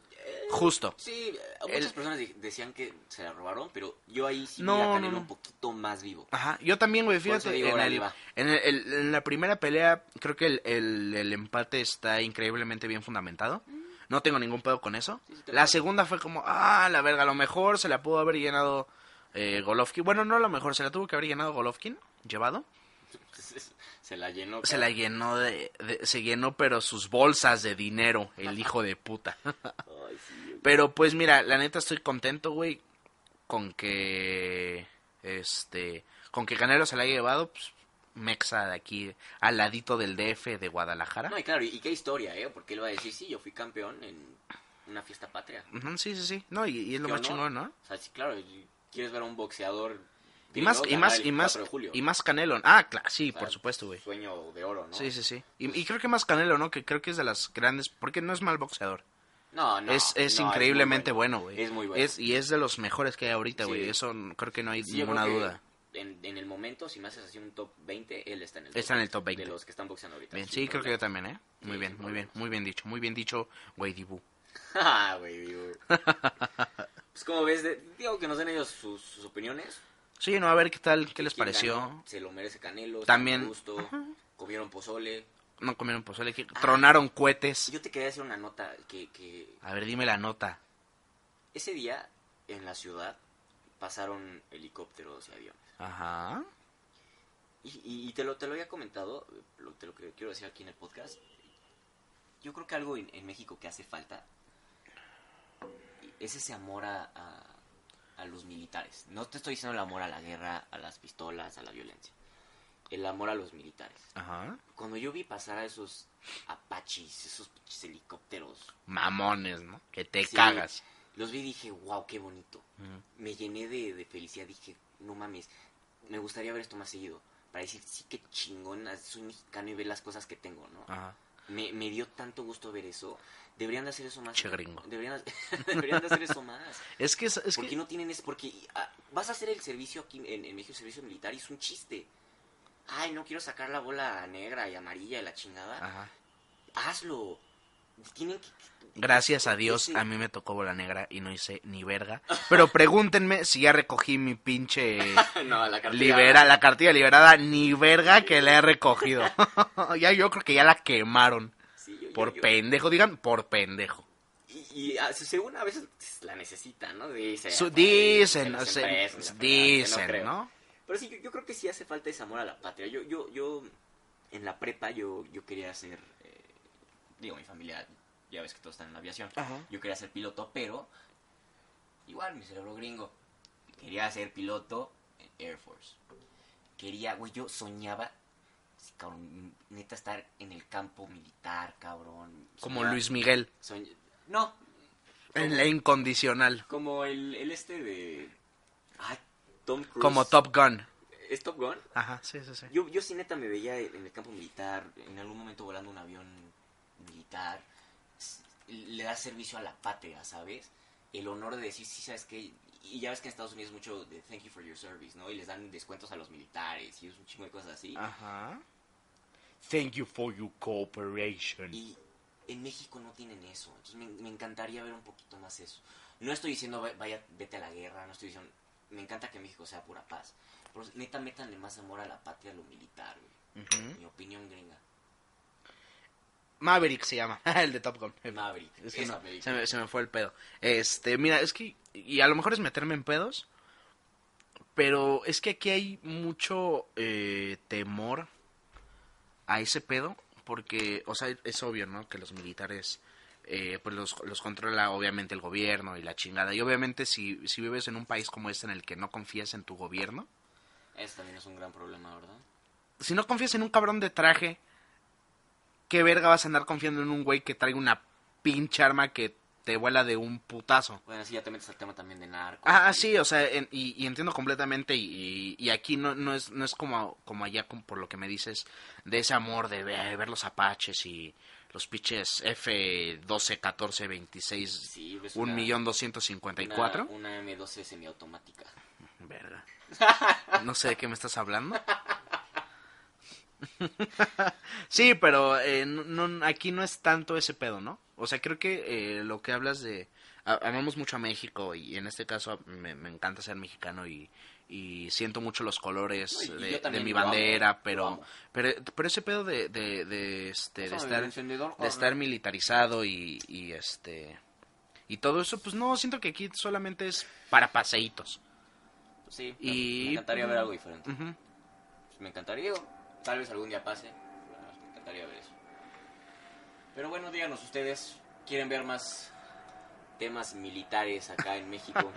S1: justo.
S2: Sí, eh, muchas
S1: El-
S2: personas de- decían que se la robaron, pero yo ahí sí
S1: No,
S2: vi a
S1: no,
S2: Canelo
S1: no.
S2: un poquito más vivo.
S1: Ajá, yo también, güey,
S2: Por eso
S1: fíjate,
S2: Pues digo,
S1: en,
S2: órale,
S1: el-
S2: va.
S1: en el- el- en la primera pelea creo que el, el- el empate está increíblemente bien fundamentado. No tengo ningún pedo con eso.
S2: Mm. Sí, sí, te
S1: La
S2: acuerdo.
S1: segunda fue como, ah, la verga, a lo mejor se la pudo haber llenado eh, Golovkin. Bueno, no a lo mejor, se la tuvo que haber llenado Golovkin, llevado.
S2: Entonces, se la llenó.
S1: Se la
S2: cara.
S1: llenó de, de- se llenó, pero sus bolsas de dinero, el hijo de puta.
S2: Ay, sí, güey.
S1: Pero pues mira, la neta estoy contento, güey, con que este, con que Canelo se la haya llevado, pues Mexa de aquí al ladito del DF de Guadalajara.
S2: No, y claro, y, y qué historia, ¿eh? Porque él va a decir, sí, yo fui campeón en una fiesta patria.
S1: Ujú, sí, sí, sí. No, y, y es lo
S2: Qué
S1: más
S2: honor.
S1: chingón, ¿no?
S2: O sea, sí, claro, y- quieres ver a un boxeador.
S1: Y más
S2: gringo
S1: y
S2: ganar
S1: más
S2: el
S1: y más
S2: 4 de julio.
S1: y más Canelo. Ah, claro, sí,
S2: O sea,
S1: por supuesto, güey.
S2: Sueño de oro, ¿no?
S1: Sí, sí, sí. Y, y creo que más Canelo, ¿no? Que creo que es de las grandes, porque no es mal boxeador.
S2: No, no.
S1: es
S2: no,
S1: es
S2: muy
S1: increíblemente bueno, güey.
S2: Es muy bueno.
S1: Es- y es de los mejores que hay ahorita,
S2: Sí.
S1: güey. Eso n- creo que no hay
S2: Sí, yo
S1: ninguna
S2: creo que
S1: duda.
S2: En, en el momento, si me haces así un top 20, él está en el top
S1: Está en el top 20.
S2: De los que están boxeando ahorita.
S1: Bien,
S2: sin
S1: sí, creo que yo
S2: problema.
S1: también, ¿eh? Muy
S2: Sí,
S1: bien,
S2: sin
S1: muy bien,
S2: problemas.
S1: muy bien dicho, muy bien dicho, güey Dibu.
S2: Ah, güey, digo. pues como ves, de- digo que nos den ellos sus, sus opiniones.
S1: Sí, no, a ver qué tal, qué les
S2: ¿Quién
S1: pareció.
S2: ganó? Se lo merece Canelo.
S1: También-
S2: También. Gusto, comieron pozole.
S1: No comieron pozole, que-
S2: Ah.
S1: tronaron cohetes.
S2: Yo te quería hacer una nota que, que
S1: A ver, dime la nota.
S2: Ese día en la ciudad pasaron helicópteros y aviones.
S1: Ajá.
S2: Y, y- y te, lo, te lo había comentado, lo- te lo que quiero decir aquí en el podcast. Yo creo que algo en, en México que hace falta es ese amor a, a- a los militares. No te estoy diciendo el amor a la guerra, a las pistolas, a la violencia. El amor a los militares.
S1: Ajá.
S2: Cuando yo vi pasar a esos apachis, esos pinches helicópteros,
S1: Mamones, ¿no? Que te
S2: Sí.
S1: cagas.
S2: los vi y dije, wow, qué bonito.
S1: Ujú.
S2: me llené de, de felicidad. Dije, no mames, me gustaría ver esto más seguido. Para decir, sí, qué chingón, ah, soy mexicano y ver las cosas que tengo, ¿no?
S1: Ajá.
S2: Me, me dio tanto gusto ver eso. Deberían de hacer eso más.
S1: Che gringo.
S2: Deberían, deberían de hacer eso más.
S1: Es que es, es
S2: ¿Por qué
S1: que
S2: no tienen eso? Porque ah, vas a hacer el servicio aquí en, en México, el servicio militar, y es un chiste. Ay, no quiero sacar la bola negra y amarilla y la chingada.
S1: Ajá.
S2: Hazlo. Tienen que...
S1: Gracias a Dios
S2: Sí.
S1: a mí me tocó bola negra y no hice ni verga. Pero pregúntenme si ya recogí mi pinche
S2: no, la cartera.
S1: libera la cartilla liberada ni verga que la he recogido. ya yo creo que ya la quemaron.
S2: Sí, yo- yo-
S1: Por
S2: yo-
S1: pendejo, digan por pendejo.
S2: Y, y, ah, se- según a veces la necesitan, ¿no? Dicen.
S1: Su-
S2: por ahí, en
S1: dicen,
S2: las
S1: o sea,
S2: empresas, en la fregada, que
S1: dicen,
S2: creo.
S1: ¿no?
S2: Pero sí, yo, yo creo que sí hace falta ese amor a la patria. Yo, yo, yo, en la prepa, yo, yo quería ser, eh, digo, mi familia, ya ves que todos están en la aviación. Yo quería ser piloto, pero igual mi cerebro gringo. Quería ser piloto en Air Force. Quería, güey, yo soñaba Sí, cabrón, neta estar en el campo militar, cabrón.
S1: Como
S2: Soñar-
S1: Luis Miguel,
S2: soñ- No,
S1: en la incondicional,
S2: como el, el este de... Ay, Tom Cruise.
S1: como Top Gun.
S2: ¿Es Top Gun?
S1: Ajá, sí, sí, sí.
S2: Yo, yo sí neta me veía en el campo militar, en algún momento volando un avión militar. S- Le da servicio a la patria, ¿sabes? El honor de decir, sí, ¿sabes qué? Y ya ves que en Estados Unidos es mucho de thank you for your service, ¿no? Y les dan descuentos a los militares y es un chingo de cosas así.
S1: Ajá. Thank you for your cooperation.
S2: Y en México no tienen eso. Entonces me, me encantaría ver un poquito más eso. No estoy diciendo "Ve- vaya, vete a la guerra, no estoy diciendo. Me encanta que México sea pura paz. Pero neta, métanle más amor a la patria, a lo militar, güey.
S1: ¿Mm?
S2: Mi opinión gringa.
S1: Maverick se llama, el de Top Gun.
S2: Maverick.
S1: Eh, Es que
S2: esa
S1: no,
S2: película.
S1: se, me, se me fue el pedo. Este, mira, es que, y a lo mejor es meterme en pedos, pero es que aquí hay mucho eh, temor a ese pedo, porque, o sea, es obvio, ¿no? Que los militares, eh, pues los, los controla obviamente el gobierno y la chingada. Y obviamente si, si vives en un país como este en el que no confías en tu gobierno,
S2: Ese también es un gran problema, ¿verdad?
S1: si no confías en un cabrón de traje, ¿qué verga vas a andar confiando en un güey que trae una pinche arma que te vuela de un putazo?
S2: Bueno, sí, ya te metes al tema también de narco.
S1: Ah, sí, o sea, en- y, y entiendo completamente y, y- y aquí no, no es, no es como, como allá como por lo que me dices de ese amor de ver, ver los apaches y los pitches F12, 14, 26,
S2: Sí, ves
S1: un
S2: una-
S1: millón doscientos cincuenta y cuatro.
S2: Una, una M12 semiautomática.
S1: Verga. No sé de qué me estás hablando. Sí, pero eh, no, no- aquí no es tanto ese pedo, ¿no? O sea, creo que eh, lo que hablas de... a- amamos mucho a México y en este caso me, me encanta ser mexicano y, y siento mucho los
S2: No, y-
S1: colores
S2: y
S1: de,
S2: yo también
S1: de mi
S2: lo amo,
S1: bandera,
S2: lo
S1: pero,
S2: amo.
S1: pero... Pero ese pedo de, de, de, este, de
S2: Pásame el
S1: estar
S2: encendedor,
S1: de
S2: cabrón.
S1: estar militarizado y, y este y todo eso pues no siento que aquí solamente es para paseitos
S2: Sí, me-
S1: Y-
S2: me encantaría ver algo diferente.
S1: Ujú.
S2: Pues Me encantaría, digo, tal vez algún día pase. Me encantaría ver eso. Pero bueno, díganos ustedes, ¿quieren ver más temas militares acá en México?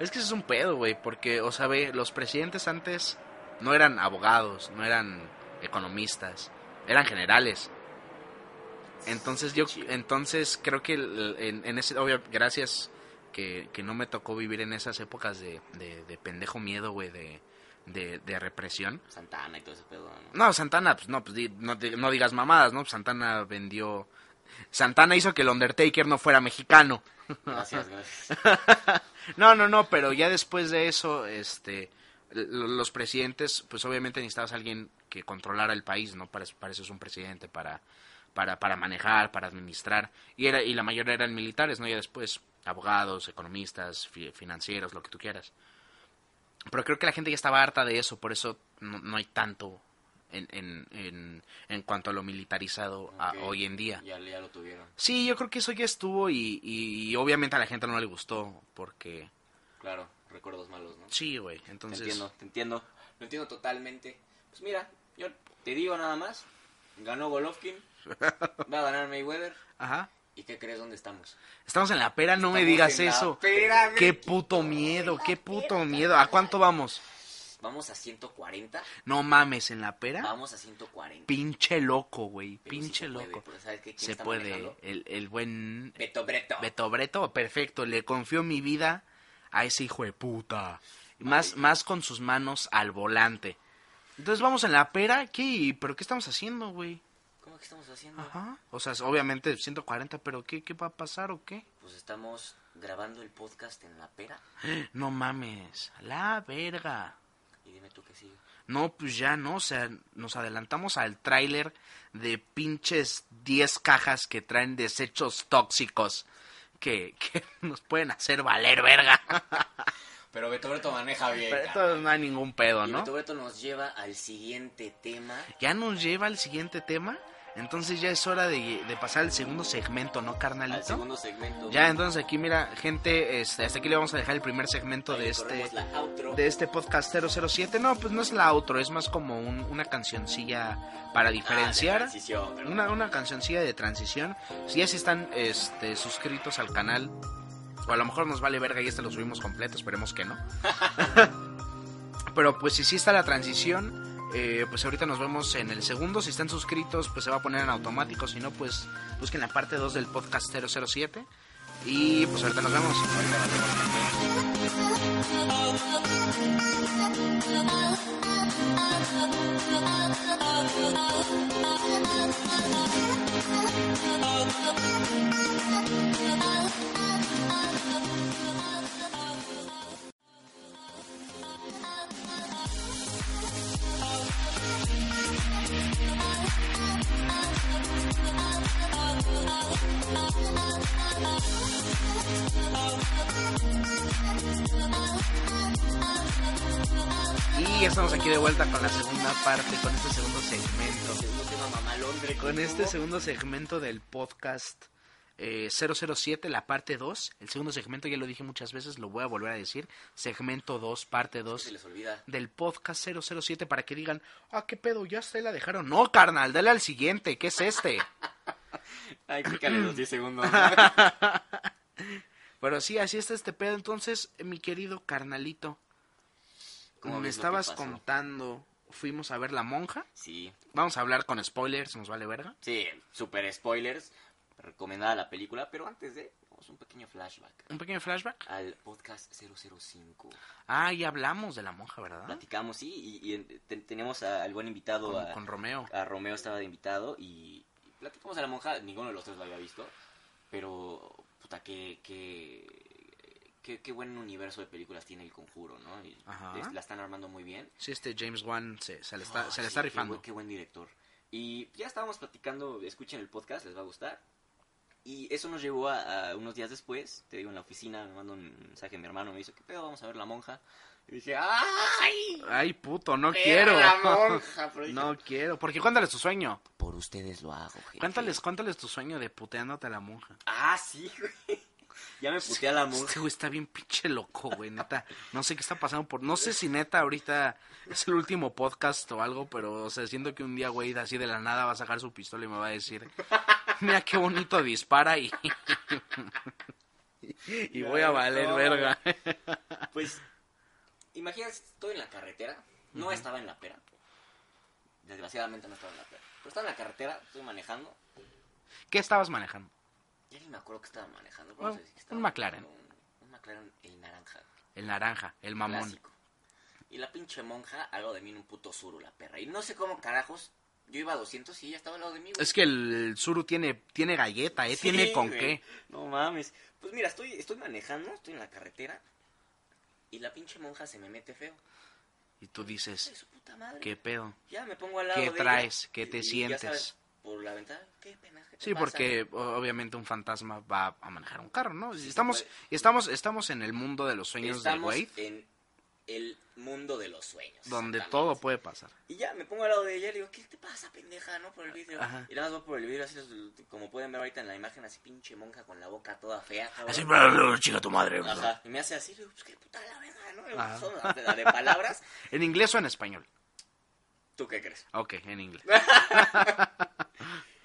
S1: Es que ese es un pedo, güey, porque, o sea, ve, los presidentes antes no eran abogados, no eran economistas, eran generales. Entonces yo,
S2: Chido.
S1: entonces creo que el- en, en ese, obvio, gracias que, que no me tocó vivir en esas épocas de, de, de pendejo miedo, güey, de, de, de represión.
S2: Santana y todo ese pedo, ¿no?
S1: No, Santana, pues no, pues di- no, di- no digas mamadas, ¿no? Santana vendió... Santana hizo que el Undertaker no fuera mexicano.
S2: Gracias, gracias.
S1: No, no, no, pero ya después de eso, este, l- los presidentes, pues obviamente necesitabas a alguien que controlara el país, ¿no? Para, eso- para eso es un presidente, para, para, para manejar, para administrar. Y, era, y la mayoría eran militares, ¿no? Ya después, abogados, economistas, fi- financieros, lo que tú quieras. Pero creo que la gente ya estaba harta de eso, por eso no, no hay tanto en, en, en, en cuanto a lo militarizado a-
S2: Ok.
S1: Ah, hoy en día.
S2: Ya, ya lo tuvieron,
S1: Sí, yo creo que eso ya estuvo y, y, y obviamente a la gente no le gustó porque...
S2: claro, recuerdos malos, ¿no?
S1: Sí, güey. Entonces,
S2: Te entiendo, te entiendo. Lo entiendo totalmente. Pues mira, yo te digo nada más. Ganó Golovkin. Va a ganar Mayweather.
S1: ajá.
S2: ¿Y qué crees dónde estamos?
S1: Estamos en la pera, no me
S2: Estamos
S1: digas
S2: en la
S1: eso.
S2: pera, güey.
S1: Qué puto miedo, qué puto miedo. ¿A cuánto vamos?
S2: Vamos a 140.
S1: No mames, en la pera.
S2: Vamos a 140.
S1: Pinche loco, güey.
S2: Pero sí
S1: Pinche
S2: se puede,
S1: loco.
S2: pero ¿sabes qué? ¿Quién
S1: Se
S2: está
S1: puede.
S2: manejando?
S1: El, el buen
S2: Beto Breto.
S1: Beto Breto, perfecto. Le confío mi vida a ese hijo de puta. Y Más, más con sus manos al volante. Entonces vamos en la pera aquí. ¿Pero qué estamos haciendo, güey?
S2: ¿Cómo que estamos haciendo?
S1: Ajá. O sea, obviamente 140, pero ¿qué, qué va a pasar o qué?
S2: Pues estamos grabando el podcast en la pera.
S1: No mames, a la verga.
S2: Y dime tú qué sigue.
S1: No, pues ya no, o sea, nos adelantamos al tráiler de pinches 10 cajas que traen desechos tóxicos que, que nos pueden hacer valer verga.
S2: Pero Beto Breto maneja bien.
S1: Pero esto no hay ningún pedo,
S2: Y
S1: ¿no?
S2: Beto Breto nos lleva al siguiente tema.
S1: Ya nos lleva al siguiente tema, entonces ya es hora de, de pasar al segundo segmento, ¿no,
S2: Al
S1: carnalito?
S2: segundo segmento.
S1: Ya, entonces aquí, mira, gente, este, hasta aquí le vamos a dejar el primer segmento
S2: Ahí
S1: de este...
S2: corremos la outro. Ah,
S1: de este podcast 007. No, pues no es la outro, es más como un- una cancioncilla para
S2: Ah, de
S1: diferenciar.
S2: transición, perdón.
S1: una, una cancioncilla de transición. Si ya si están este, suscritos al canal, o a lo mejor nos vale verga y este lo subimos completo, esperemos que no. Pero pues si sí está la transición, Eh, pues ahorita nos vemos en el segundo. Si están suscritos, pues se va a poner en automático. Si no, pues busquen la parte 2 del podcast 007. Y pues ahorita nos vemos. Y ya estamos aquí de vuelta con la segunda parte, con este segundo segmento.
S2: Segundo tema mamalón, Greco.
S1: Con este segundo segmento del podcast eh, 007, la parte 2. El segundo segmento, ya lo dije muchas veces, lo voy a volver a decir. Segmento 2, parte 2.
S2: Se les olvida.
S1: del podcast 007 para que digan, ah, qué pedo, ya se la dejaron. No, carnal, dale al siguiente, ¿qué es este?
S2: Ay, pícale los 10 segundos.
S1: Pero sí, así está este pedo. Entonces, mi querido carnalito,
S2: ¿Cómo
S1: como me
S2: ves lo que
S1: estabas
S2: pasó?
S1: contando, fuimos a ver La Monja.
S2: Sí,
S1: Vamos a hablar con spoilers, nos vale verga.
S2: sí, super spoilers. Recomendada la película, pero antes de, vamos a un pequeño flashback
S1: Un pequeño flashback.
S2: al podcast 005.
S1: Ah, y hablamos de La Monja, ¿verdad?
S2: Platicamos, sí, y, y en- te- tenemos a- al buen invitado,
S1: Ah. Con,
S2: a,
S1: con Romeo.
S2: a Romeo estaba de invitado, y, y platicamos a la monja, ninguno de los tres lo había visto, pero, puta, qué, qué, qué, qué buen universo de películas tiene El Conjuro, ¿no? Y
S1: Ajá.
S2: es- la están armando muy bien.
S1: Sí, este James Wan se, se le está,
S2: Ah,
S1: se le
S2: sí,
S1: está
S2: qué
S1: rifando.
S2: buen- Qué, buen director. Y ya estábamos platicando, escuchen el podcast, les va a gustar. Y eso nos llevó a, a unos días después, te digo, en la oficina, me mandó un mensaje mi hermano, me dice, ¿qué pedo? Vamos a ver la monja. Y dije, ¡ay!
S1: Ay, puto, no
S2: era
S1: quiero.
S2: La monja, pero dije,
S1: No quiero. Porque cuéntales tu sueño.
S2: Por ustedes lo hago, gente.
S1: Cuéntales, cuéntales tu sueño de puteándote a la monja.
S2: Ah, sí, güey. Ya me puteé a la monja.
S1: Este güey está bien pinche loco, güey, neta. No sé qué está pasando por... No sé si neta ahorita es el último podcast o algo, pero, o sea, siento que un día, güey, así de la nada va a sacar su pistola y me va a decir... Mira qué bonito dispara y... y voy a valer
S2: No.
S1: verga.
S2: Pues, imagínense, estoy en la carretera. No estaba en la pera. Desgraciadamente no estaba en la pera. Pero estaba en la carretera, estoy manejando.
S1: ¿Qué estabas manejando?
S2: Ya ni me acuerdo que estaba manejando.
S1: Bueno,
S2: vamos a decir que estaba
S1: un McLaren.
S2: manejando Un, un McLaren, el naranja.
S1: El naranja, el mamón.
S2: Clásico. Y la pinche monja, al lado de mí, en un puto suru, la perra. Y no sé cómo carajos. Yo iba a 200 y ella estaba al lado de mí. güey.
S1: Es que el Zuru tiene, tiene galleta, ¿eh? tiene
S2: Sí,
S1: con
S2: güey.
S1: qué.
S2: No mames. Pues mira, estoy, estoy manejando, estoy en la carretera. Y la pinche monja se me mete feo.
S1: Y tú
S2: Ay,
S1: dices,
S2: su puta madre.
S1: Pues, ¿qué pedo?
S2: Ya me pongo al lado.
S1: ¿Qué
S2: de ella.
S1: traes? ¿Qué te
S2: Y- y ya
S1: sientes?
S2: sabes, por la ventana. Qué pena. ¿qué te
S1: Sí,
S2: pasa?
S1: porque o- obviamente un fantasma va a manejar un carro, ¿no?
S2: Sí,
S1: Estamos,
S2: puede.
S1: estamos, estamos en el mundo de los sueños
S2: Estamos
S1: de Wade,
S2: en el mundo de los sueños.
S1: donde
S2: exactamente.
S1: todo puede pasar.
S2: Y ya, me pongo al lado de ella y le digo, ¿qué te pasa, pendeja? ¿No? Por el vidrio.
S1: Ajá.
S2: Y nada más va por el vidrio, así, los- como pueden ver ahorita en la imagen, así pinche monja con la boca toda fea. cabrón.
S1: Así, bla, bla, bla, chica tu madre. bla.
S2: Ajá. Y me hace así, le digo, pues qué puta la verga, ¿no?
S1: Ajá.
S2: Son las de, las de palabras.
S1: ¿En inglés o en español?
S2: ¿Tú qué crees?
S1: Ok, en inglés.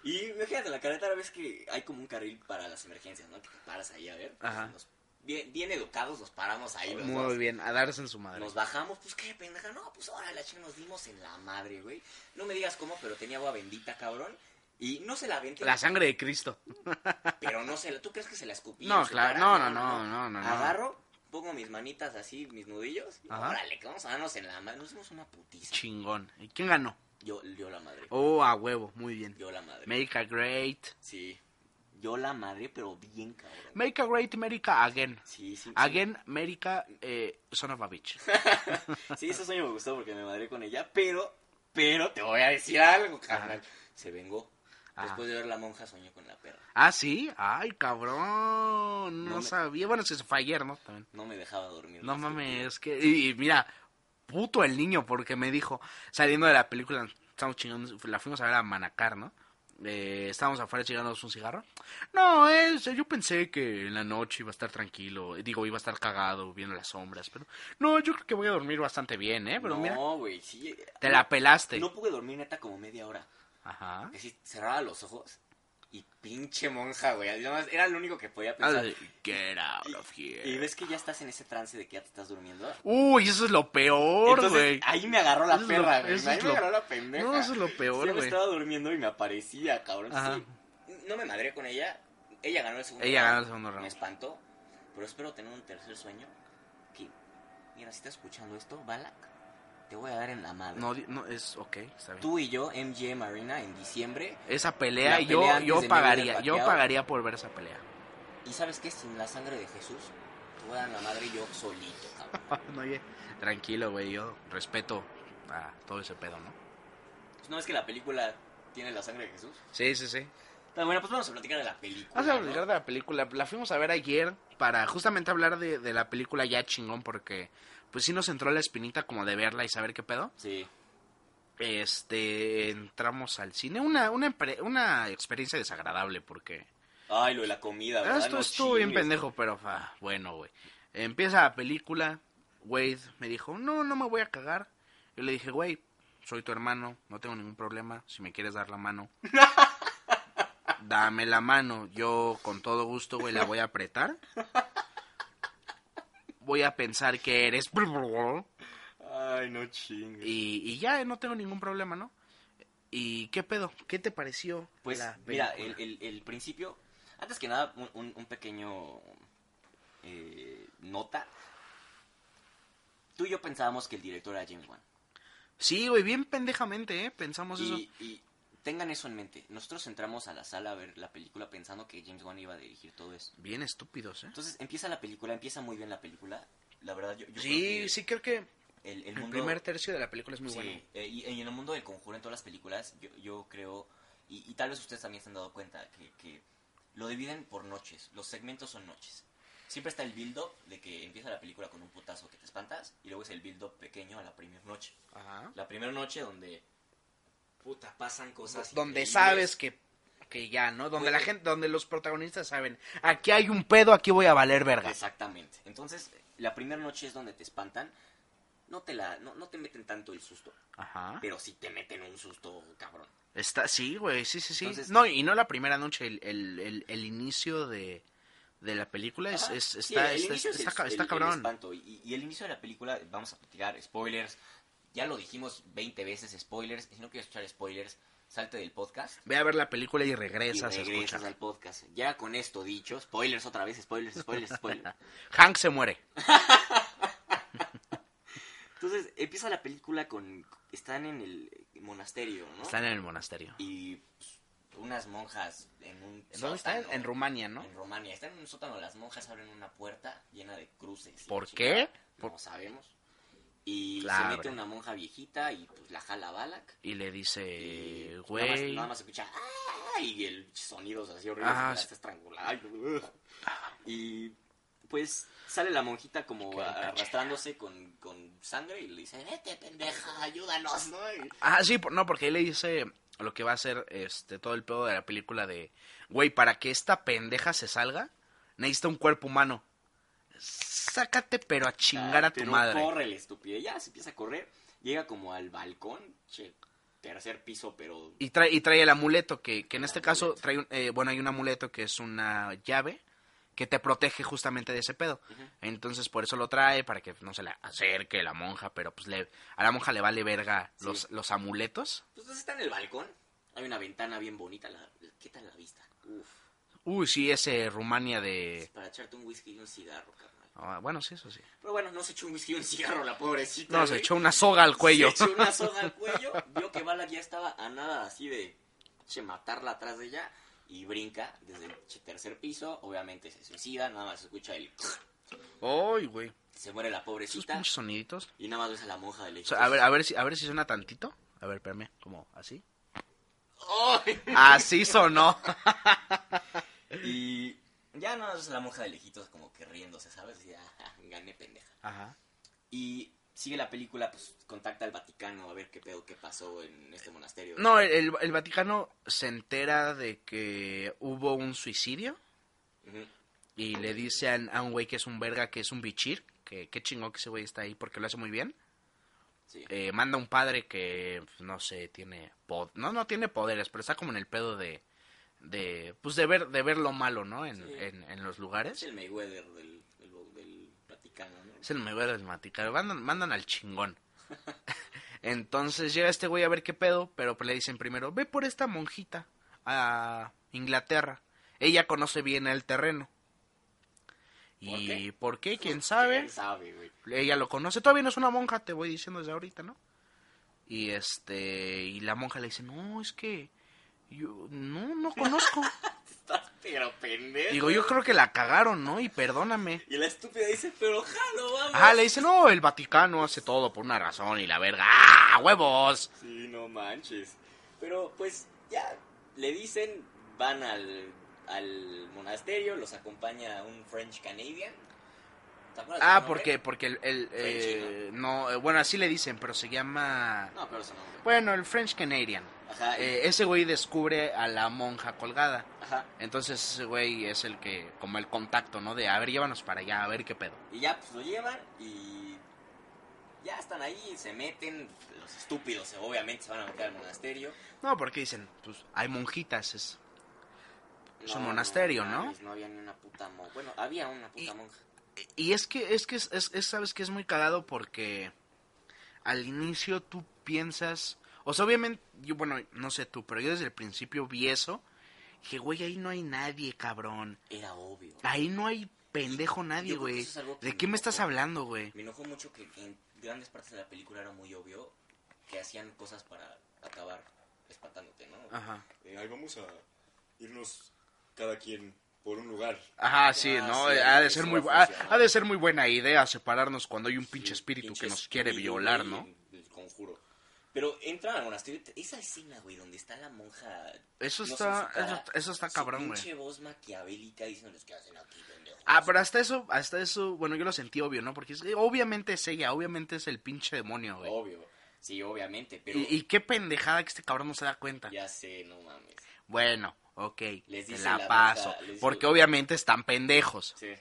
S2: Y imagínate, en la carretera ves que hay como un carril para las emergencias, ¿no? Que te paras ahí a ver. pues,
S1: Ajá.
S2: Nos- bien, bien educados, nos paramos ahí los dos.
S1: Muy bien, a darse en su madre.
S2: Nos bajamos, pues qué pendeja, no, pues ahora la chica nos dimos en la madre, güey. No me digas cómo, pero tenía agua bendita, cabrón. Y no se la aventé,
S1: La sangre de Cristo.
S2: pero no se la... ¿Tú crees que se la escupí?
S1: No,
S2: en su
S1: claro,
S2: cara?
S1: no, no, no, no, no, no.
S2: Agarro, pongo mis manitas así, mis nudillos. y
S1: Ajá.
S2: Órale, que vamos a darnos en la madre. Nos dimos una putiza.
S1: Chingón. ¿Y quién ganó?
S2: Yo, yo la madre.
S1: Oh, a huevo, muy bien.
S2: Yo la madre.
S1: America great.
S2: Sí. Yo la madre, pero bien cabrón.
S1: Make a great America again.
S2: Sí, sí. sí.
S1: Again, America, eh, son of a bitch.
S2: Sí, ese sueño me gustó porque me madré con ella, pero, pero te voy a decir algo, carnal. Se vengó.
S1: Ajá.
S2: Después de ver la monja soñó con la perra.
S1: Ah, sí. Ay, cabrón. No,
S2: No me-
S1: sabía. Bueno, se fue ayer, ¿no? También.
S2: No me dejaba dormir.
S1: No
S2: la estúpida.
S1: mames, que. Y, y mira, puto el niño, porque me dijo, saliendo de la película, estamos chingando, la fuimos a ver a Manacar, ¿no? Eh, estábamos afuera chingándonos un cigarro. No, es, yo pensé que en la noche iba a estar tranquilo, eh, digo, iba a estar cagado viendo las sombras, pero. No, yo creo que voy a dormir bastante bien, ¿eh? Pero mira,
S2: No, güey, sí.
S1: te
S2: no,
S1: la pelaste.
S2: No pude dormir neta como media hora.
S1: Ajá.
S2: Que sí, cerraba los ojos Y pinche monja, güey. Además, era lo único que podía
S1: Ah,
S2: pensar.
S1: Get out of
S2: Ah, Y
S1: here.
S2: ves que ya estás en ese trance de que ya te estás durmiendo.
S1: Uy, eso es lo peor,
S2: Entonces,
S1: güey.
S2: ahí me agarró la
S1: Eso es lo-
S2: perra, güey.
S1: eso
S2: Ahí
S1: es
S2: me
S1: lo-
S2: agarró la pendeja.
S1: No, eso es lo
S2: Sí,
S1: peor,
S2: me
S1: güey.
S2: estaba durmiendo y me aparecía, cabrón.
S1: Ajá.
S2: Sí, no me madré con ella. Ella ganó el segundo
S1: Ella
S2: round.
S1: ganó el segundo round.
S2: Me espantó. Pero espero tener un tercer sueño. Que, mira, si estás escuchando esto, Balak, te voy a dar en la madre.
S1: No, di- no, es ok, está bien.
S2: Tú y yo, MJ Marina, en diciembre.
S1: Esa pelea,
S2: La
S1: yo,
S2: pelea antes
S1: yo
S2: de
S1: pagaría,
S2: Mayweather
S1: yo
S2: Pacquiao.
S1: pagaría por ver esa pelea.
S2: Y sabes qué? Sin la sangre de Jesús, te voy a dar en la madre yo solito, cabrón.
S1: No, oye, tranquilo, güey, yo respeto a todo ese pedo, ¿no?
S2: Pues, ¿No ves que la película tiene la sangre de Jesús?
S1: Sí, sí, sí.
S2: Está bueno, pues vamos a platicar de la película.
S1: Vamos a
S2: ¿no?
S1: hablar de la película. La fuimos a ver ayer para justamente hablar de, de la película ya chingón porque pues sí nos entró la espinita como de verla y saber qué pedo.
S2: Sí.
S1: Este, entramos al cine. Una, una, empre- una experiencia desagradable porque...
S2: Ay, lo de la comida, ¿verdad?
S1: Esto
S2: No
S1: Ah, estuvo bien
S2: chingues.
S1: pendejo, pero ah, bueno, güey. Empieza la película. Wade me dijo, no, no me voy a cagar. Yo le dije, güey, soy tu hermano, no tengo ningún problema. Si me quieres dar la mano, dame la mano. Yo con todo gusto, güey, la voy a apretar. Voy a pensar que eres...
S2: Ay, no chingues.
S1: Y, y ya, eh, no tengo ningún problema, ¿no? ¿Y qué pedo? ¿Qué te pareció?
S2: Pues,
S1: la
S2: mira, el,
S1: película?
S2: el- el principio. Antes que nada, un, un- un pequeño. eh, nota. Tú y yo pensábamos que el director era James Wan.
S1: Sí, güey, bien pendejamente, ¿eh? Pensamos eso.
S2: Y, y tengan eso en mente. Nosotros entramos a la sala a ver la película pensando que James Wan iba a dirigir todo eso.
S1: Bien estúpidos, ¿eh?
S2: Entonces empieza la película, empieza muy bien la película. La verdad, yo, yo creo
S1: Sí,
S2: que
S1: sí creo que
S2: el, el
S1: el,
S2: mundo-
S1: primer tercio de la película es muy
S2: Sí,
S1: bueno.
S2: eh, y, y en el mundo del conjuro, en todas las películas, yo, yo creo, y, y tal vez ustedes también se han dado cuenta, que, que lo dividen por noches, los segmentos son noches. Siempre está el build-up de que empieza la película con un putazo que te espantas, y luego es el build-up pequeño a la primera noche.
S1: Ajá.
S2: La primera noche donde, puta, pasan cosas.
S1: Donde
S2: increíbles.
S1: sabes que, que ya, ¿no? Donde la
S2: Güey.
S1: gente, donde los protagonistas saben, aquí hay un pedo, aquí voy a valer verga.
S2: Exactamente. Entonces, la primera noche es donde te espantan, no te, la, no, no te meten tanto el susto,
S1: Ajá.
S2: pero sí te meten un susto cabrón.
S1: Está, sí, güey, sí, sí, sí.
S2: Entonces-
S1: no, y no la primera noche, el, el, el, el inicio de, de la película es,
S2: Ajá.
S1: es-
S2: Sí,
S1: está,
S2: el
S1: está,
S2: inicio es
S1: está ca-
S2: el-
S1: está
S2: el
S1: cabrón.
S2: espanto. Y, y el inicio de la película, vamos a platicar spoilers. Ya lo dijimos 20 veces, spoilers. Si no quieres escuchar spoilers, salte del podcast.
S1: Ve a ver la película y
S2: Y
S1: regresas, a
S2: regresas
S1: escuchar.
S2: al podcast. Ya con esto dicho, spoilers otra vez, spoilers, spoilers, spoilers.
S1: Hank se muere.
S2: Entonces empieza la película con... Están en el monasterio, ¿no?
S1: Están en el monasterio.
S2: Y pues, unas monjas en un...
S1: ¿Dónde está?
S2: sótano.
S1: En Rumania, ¿no?
S2: En Rumania. Están en un sótano, las monjas abren una puerta llena de cruces. y
S1: ¿Por
S2: la
S1: qué?
S2: chingada.
S1: Por-
S2: No sabemos. Y
S1: La
S2: se mete
S1: abren.
S2: una monja viejita y pues la jala Balak.
S1: Y le
S2: y
S1: dice,
S2: nada más,
S1: Eh, güey.
S2: nada más se escucha "Ah", y el sonidos así horribles
S1: Ah,
S2: que la
S1: sí.
S2: está estrangulada. y, "Ugh". Y pues sale la monjita como a- arrastrándose con, con sangre y le dice, vete pendeja, ayúdanos, ¿no? Y-
S1: Ah, sí, por- no, porque ahí le dice lo que va a ser este, todo el pedo de la película de, güey, para que esta pendeja se salga, necesita un cuerpo humano. Sácate, pero a chingar a tu
S2: Pero
S1: madre.
S2: Corre el estúpido. Ya se empieza a correr. Llega como al balcón. Che, tercer piso, pero.
S1: Y trae, y trae el amuleto, que, que en
S2: El
S1: este caso,
S2: amuleto.
S1: trae un- eh, bueno, hay un amuleto que es una llave que te protege justamente de ese pedo.
S2: Ujú.
S1: Entonces, por eso lo trae, para que no se le acerque la monja, pero pues le, a la monja le vale verga
S2: Sí.
S1: los, los amuletos.
S2: Pues está en el balcón. Hay una ventana bien bonita. La, la- ¿Qué tal la vista? Uf.
S1: Uy, sí, ese Rumania
S2: es
S1: de...
S2: para echarte un whisky y un cigarro, carnal.
S1: ah, bueno, sí, eso sí.
S2: Pero bueno, no se echó un whisky y un cigarro, la pobrecita.
S1: No, se
S2: güey.
S1: echó una soga al cuello.
S2: Se echó una soga al cuello. Vio que Balak ya estaba a nada así de. Che, matarla atrás de ella. Y brinca desde el che, tercer piso. Obviamente se suicida. Nada más se escucha el.
S1: Ay, güey.
S2: Se muere la
S1: Esos
S2: pobrecita.
S1: pinches soniditos.
S2: Y nada más ves a la monja de
S1: O sea, a ver, a ver si, a ver si suena tantito. A ver, espérame, como así. Así sonó.
S2: Y ya no es la monja de lejitos como que riéndose, ¿sabes? Y ya, gané pendeja.
S1: Ajá.
S2: Y sigue la película, pues contacta al Vaticano a ver qué pedo, qué pasó en este monasterio.
S1: No, el- el, el Vaticano se entera de que hubo un suicidio
S2: Ujú.
S1: y le dice a, a un güey que es un verga, que es un bichir, que qué chingón que ese güey está ahí porque lo hace muy bien.
S2: Sí.
S1: Eh, manda pues, un padre que, no sé, tiene... pod- no, no tiene poderes, pero está como en el pedo de... de pues de ver de ver lo malo no en,
S2: Sí.
S1: en, en los
S2: Es
S1: lugares
S2: el Mayweather del, del, bo- del Vaticano, ¿no?
S1: es el mejor del Maticar mandan, mandan al chingón entonces llega este güey a ver qué pedo pero le dicen primero ve por esta monjita a Inglaterra ella conoce bien el terreno
S2: ¿Por
S1: y
S2: qué?
S1: por qué quién sabe
S2: ¿Quién sabe, güey?
S1: ella lo conoce, todavía no es una monja, te voy diciendo desde ahorita, ¿no? Y este, y la monja le dice, no, es que yo no, no conozco.
S2: Estás pero pendejo.
S1: Digo, yo creo que la cagaron, ¿no? Y perdóname.
S2: Y la estúpida dice, pero jalo, vamos.
S1: Ajá, le dice, no, el Vaticano hace todo por una razón y la verga, ¡ah, huevos!
S2: Sí, no manches. Pero pues ya le dicen, van al, al monasterio, los acompaña un French Canadian. ¿Te acuerdas de
S1: Ah,
S2: su nombre?
S1: porque, porque el, el, eh, no, eh, bueno, así le dicen, pero se llama,
S2: No, pero su nombre.
S1: bueno, el French Canadian.
S2: Ajá, y-
S1: Eh, ese güey descubre a la monja colgada.
S2: ajá.
S1: Entonces ese güey es el que, como el contacto, ¿no? De, a ver, llévanos para allá, a ver qué pedo.
S2: Y ya pues lo llevan y ya están ahí, se meten, los estúpidos obviamente se van a meter al monasterio.
S1: No, porque dicen, pues hay monjitas, es... Es un
S2: No,
S1: monasterio, ¿no?
S2: mames, No había ni una puta monja. Bueno, había una puta
S1: Y-
S2: monja.
S1: Y es que, es que, es, es- es- sabes que es muy cagado porque al inicio tú piensas, o sea, obviamente, yo, bueno, no sé tú, pero yo desde el principio vi eso, dije, güey, ahí no hay nadie, cabrón,
S2: Era obvio.
S1: ahí no hay pendejo nadie,
S2: Yo creo que
S1: güey,
S2: eso es algo que
S1: ¿de qué
S2: no-
S1: me estás hablando, güey?
S2: Me enojó mucho que en grandes partes de la película era muy obvio que hacían cosas para acabar espantándote, ¿no?
S1: Ajá.
S3: Eh, ahí vamos a irnos cada quien por un lugar.
S1: Ajá, sí,
S2: Ah,
S1: no,
S2: sí,
S1: ha de
S2: eso
S1: ser
S2: va
S1: muy,
S2: a
S1: bu- ha,
S2: funcionar.
S1: ha de ser muy buena idea separarnos cuando hay un pinche
S2: Sí,
S1: espíritu
S2: pinche
S1: que nos quiere
S2: espíritu,
S1: violar,
S2: güey,
S1: ¿no?
S2: El, el conjuro. Pero entran al monasterio, y te- esa escena, güey, donde está la monja.
S1: Eso
S2: no sé,
S1: está,
S2: su cara,
S1: eso, eso está
S2: su
S1: cabrón, güey.
S2: pinche voz maquiavélica diciéndoles que hacen aquí, pendejos.
S1: Ah, pero hasta eso, hasta eso, bueno, yo lo sentí obvio, ¿no? Porque es- eh, obviamente es ella, obviamente es el pinche demonio, güey.
S2: Obvio. Sí, obviamente, pero.
S1: Y, y qué pendejada que este cabrón no se da cuenta.
S2: Ya sé, no mames.
S1: Bueno, ok,
S2: Les
S1: te
S2: dice
S1: la,
S2: la
S1: paso.
S2: neta, les dice-
S1: porque obviamente están pendejos.
S2: Sí.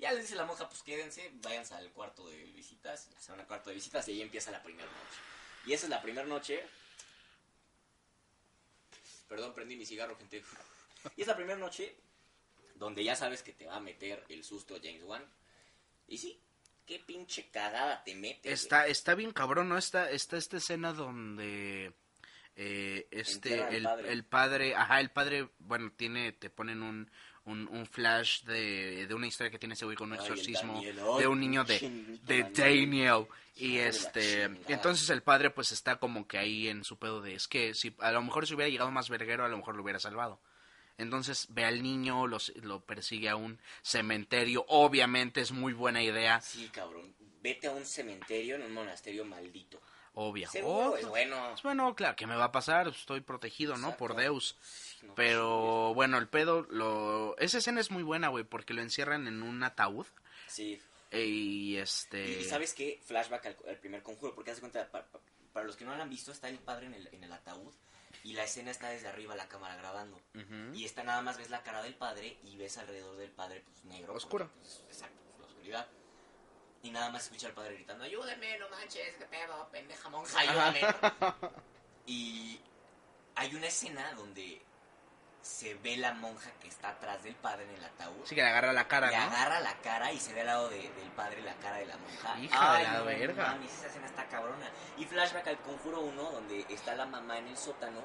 S2: Ya les dice la monja, pues quédense, váyanse al cuarto de visitas, se van al cuarto de visitas y ahí empieza la primera noche. Y esa es la primera noche. Perdón, prendí mi cigarro, gente. Y es la primera noche donde ya sabes que te va a meter el susto James Wan. Y sí, qué pinche cagada te mete. güey.
S1: Está, está bien cabrón, ¿no? Está, está esta escena donde eh,
S2: Entierra al
S1: este, el,
S2: padre.
S1: el padre, ajá, el padre, bueno, tiene, te ponen un, un, un flash de, de una historia que tiene ese güey con un
S2: Ay, el
S1: exorcismo
S2: Daniel, ay,
S1: de un niño de,
S2: chingito
S1: de
S2: Daniel.
S1: Daniel. Y
S2: Hijo de la
S1: este,
S2: chingada.
S1: entonces el padre pues está como que ahí en su pedo de, es que si a lo mejor si hubiera llegado más verguero, a lo mejor lo hubiera salvado. Entonces ve al niño, los, lo persigue a un cementerio, obviamente es muy buena idea,
S2: Sí, cabrón. Vete a un cementerio en un monasterio maldito.
S1: obvia.
S2: Seguro
S1: Oh,
S2: es bueno.
S1: Pues bueno, claro, ¿qué me va a pasar? Estoy protegido, ¿no? Por
S2: Exacto.
S1: Deus.
S2: No,
S1: Pero bueno, el pedo, lo... esa escena es muy buena, güey, porque lo encierran en un ataúd. eh,
S2: Sí. Eh.
S1: Y este...
S2: Y sabes qué, flashback al, al primer conjuro, porque haz de cuenta, pa- pa- para los que no lo han visto, está el padre en el, en el ataúd y la escena está desde arriba la cámara grabando.
S1: Ujú.
S2: Y está nada más ves la cara del padre y ves alrededor del padre pues negro.
S1: Oscuro.
S2: porque, pues, exacto, pues, la oscuridad. Y nada más escucha al padre gritando, ayúdame, no manches, qué pedo, pendeja monja, ayúdame. y hay una escena donde se ve la monja que está atrás del padre en el ataúd.
S1: Sí que le agarra la cara,
S2: Le
S1: ¿no?
S2: agarra la cara y se ve al lado de- del padre la cara de la monja.
S1: Hija de la verga.
S2: Mames, esa escena está cabrona. Y flashback al conjuro 1, donde está la mamá en el sótano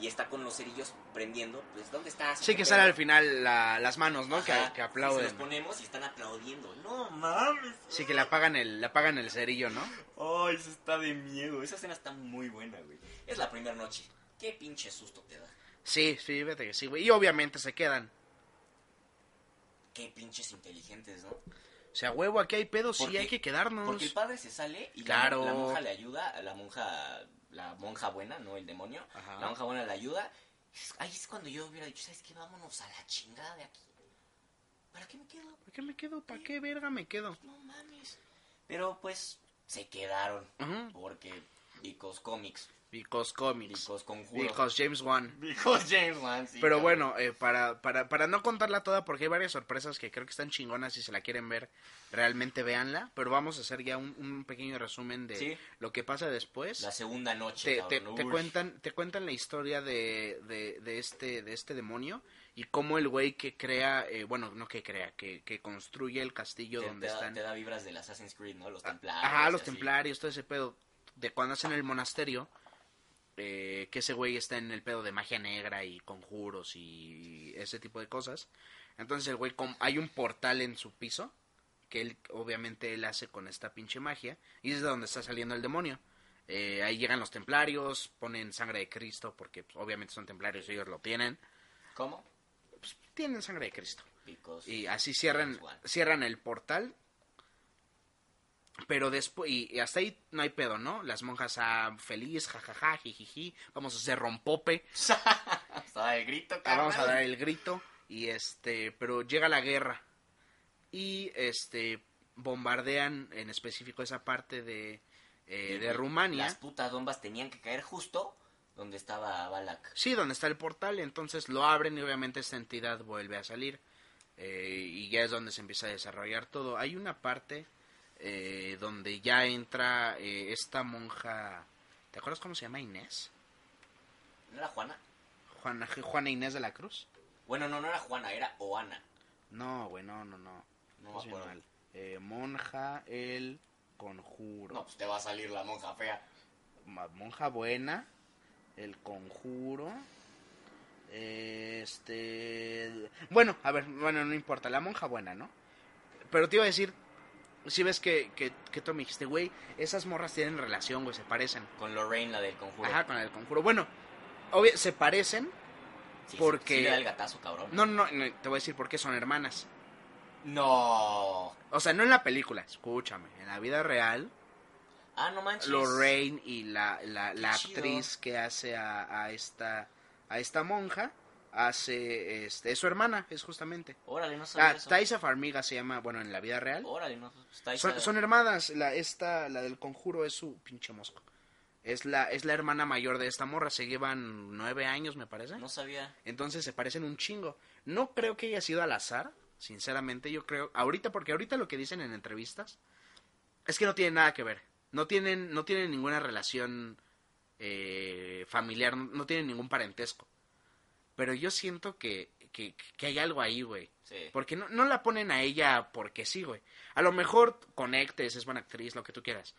S2: y está con los cerillos prendiendo. Pues, ¿dónde estás?
S1: Sí que
S2: ¿Qué
S1: sale
S2: pedo?
S1: al final la- las manos, ¿no? Que,
S2: Ajá,
S1: que
S2: y se
S1: aplauden.
S2: los ponemos y están aplaudiendo. No mames.
S1: Sí que le apagan, el, le apagan el cerillo, ¿no?
S2: Ay, eso está de miedo. Esa escena está muy buena, güey. Es la primera noche. Qué pinche susto te da.
S1: Sí, sí, vete que sí, güey. Y obviamente se quedan.
S2: Qué pinches inteligentes, ¿no?
S1: O sea, huevo, aquí hay pedos, sí,
S2: Porque-
S1: hay que quedarnos.
S2: Porque el padre se sale y la-
S1: Claro.
S2: la, monja le ayuda, la monja, la monja buena, no el demonio,
S1: Ajá.
S2: la monja buena le ayuda. Es- Ahí es cuando yo hubiera dicho, ¿sabes qué? Vámonos a la chingada de aquí. ¿Para qué me quedo?
S1: ¿Por qué me quedo? ¿Para qué verga me quedo?
S2: No mames. Pero pues se quedaron,
S1: Ujú.
S2: porque picos cómics.
S1: Because Comics.
S2: Vicos Conjuro.
S1: Because James Wan.
S2: Because James Wan, sí,
S1: Pero
S2: cabrón.
S1: bueno, eh, para, para, para no contarla toda, porque hay varias sorpresas que creo que están chingonas. Si se la quieren ver, realmente véanla. Pero vamos a hacer ya un, un pequeño resumen de
S2: Sí.
S1: lo que pasa después.
S2: La segunda noche,
S1: te, te-
S2: cabrón.
S1: te
S2: Uy.
S1: cuentan te cuentan la historia de, de, de este de este demonio y cómo el güey que crea eh, bueno no que crea que, que construye el castillo
S2: Te-
S1: donde
S2: te da-
S1: están Ah,
S2: Te da vibras del Assassin's Creed, ¿no? Los templarios.
S1: ajá
S2: y
S1: los
S2: así.
S1: templarios todo ese pedo de cuando hacen el monasterio eh, que ese güey está en el pedo de magia negra y conjuros y ese tipo de cosas entonces el güey com- hay un portal en su piso que él obviamente él hace con esta pinche magia y es de donde está saliendo el demonio. Eh, ahí llegan los templarios, ponen sangre de Cristo porque pues, obviamente son templarios, ellos lo tienen,
S2: ¿Cómo?
S1: tienen sangre de Cristo.
S2: Because
S1: Y así cierran
S2: James Wan.
S1: cierran el portal. Pero después y, y hasta ahí no hay pedo, ¿no? Las monjas ah, feliz, jajaja, jijiji, vamos a hacer rompope.
S2: Estaba de grito,
S1: Ah,
S2: cabrón.
S1: vamos a dar el grito y este pero llega la guerra y este bombardean en específico esa parte de eh, de
S2: Las
S1: Rumania
S2: putas bombas tenían que caer justo donde estaba Balak.
S1: sí donde está el portal entonces lo abren y obviamente esta entidad vuelve a salir eh, y ya es donde se empieza a desarrollar todo hay una parte eh, donde ya entra eh, esta monja ¿te acuerdas cómo se llama Inés
S2: ¿No era Juana?
S1: Juana Juana Inés de la Cruz
S2: Bueno, no, no era Juana, era Oana.
S1: no güey no no no
S2: No
S1: Pues
S2: me
S1: bien
S2: acuerdo.
S1: mal. Eh, monja, el conjuro.
S2: No, pues te va a salir la monja fea.
S1: Ma- Monja buena, el conjuro. Este. el- Bueno, a ver, bueno, no importa. La monja buena, ¿no? Pero te iba a decir. Si ves que, que, que tú me dijiste, güey, esas morras tienen relación, güey, se parecen.
S2: Con Lorraine, la del conjuro.
S1: Ajá, con el conjuro. Bueno, obvio, se parecen.
S2: Sí, sí,
S1: porque-
S2: sí le da el gatazo, cabrón.
S1: No, no, no, te voy a decir por qué son hermanas.
S2: No.
S1: O sea, no en la película, escúchame. En la vida real,
S2: Ah, no manches.
S1: Lorraine y la, la, la
S2: Qué chido.
S1: actriz que hace a, a esta a esta monja hace este es su hermana es justamente
S2: Órale, no sabía
S1: ah,
S2: eso.
S1: Taisa Farmiga se llama bueno en la vida real
S2: Órale, no. pues, Taisa-
S1: son, son hermanas la esta la del conjuro es su pinche mosco es la es la hermana mayor de esta morra se llevan nueve años me parece
S2: No sabía.
S1: entonces se parecen un chingo no creo que haya sido al azar sinceramente yo creo ahorita porque ahorita lo que dicen en entrevistas es que no tienen nada que ver. No tienen, no tienen ninguna relación eh, familiar, no- no tienen ningún parentesco. Pero yo siento que, que, que hay algo ahí, güey.
S2: Sí.
S1: Porque no, no la ponen a ella porque sí, güey. A lo mejor conectes, es buena actriz, lo que tú quieras.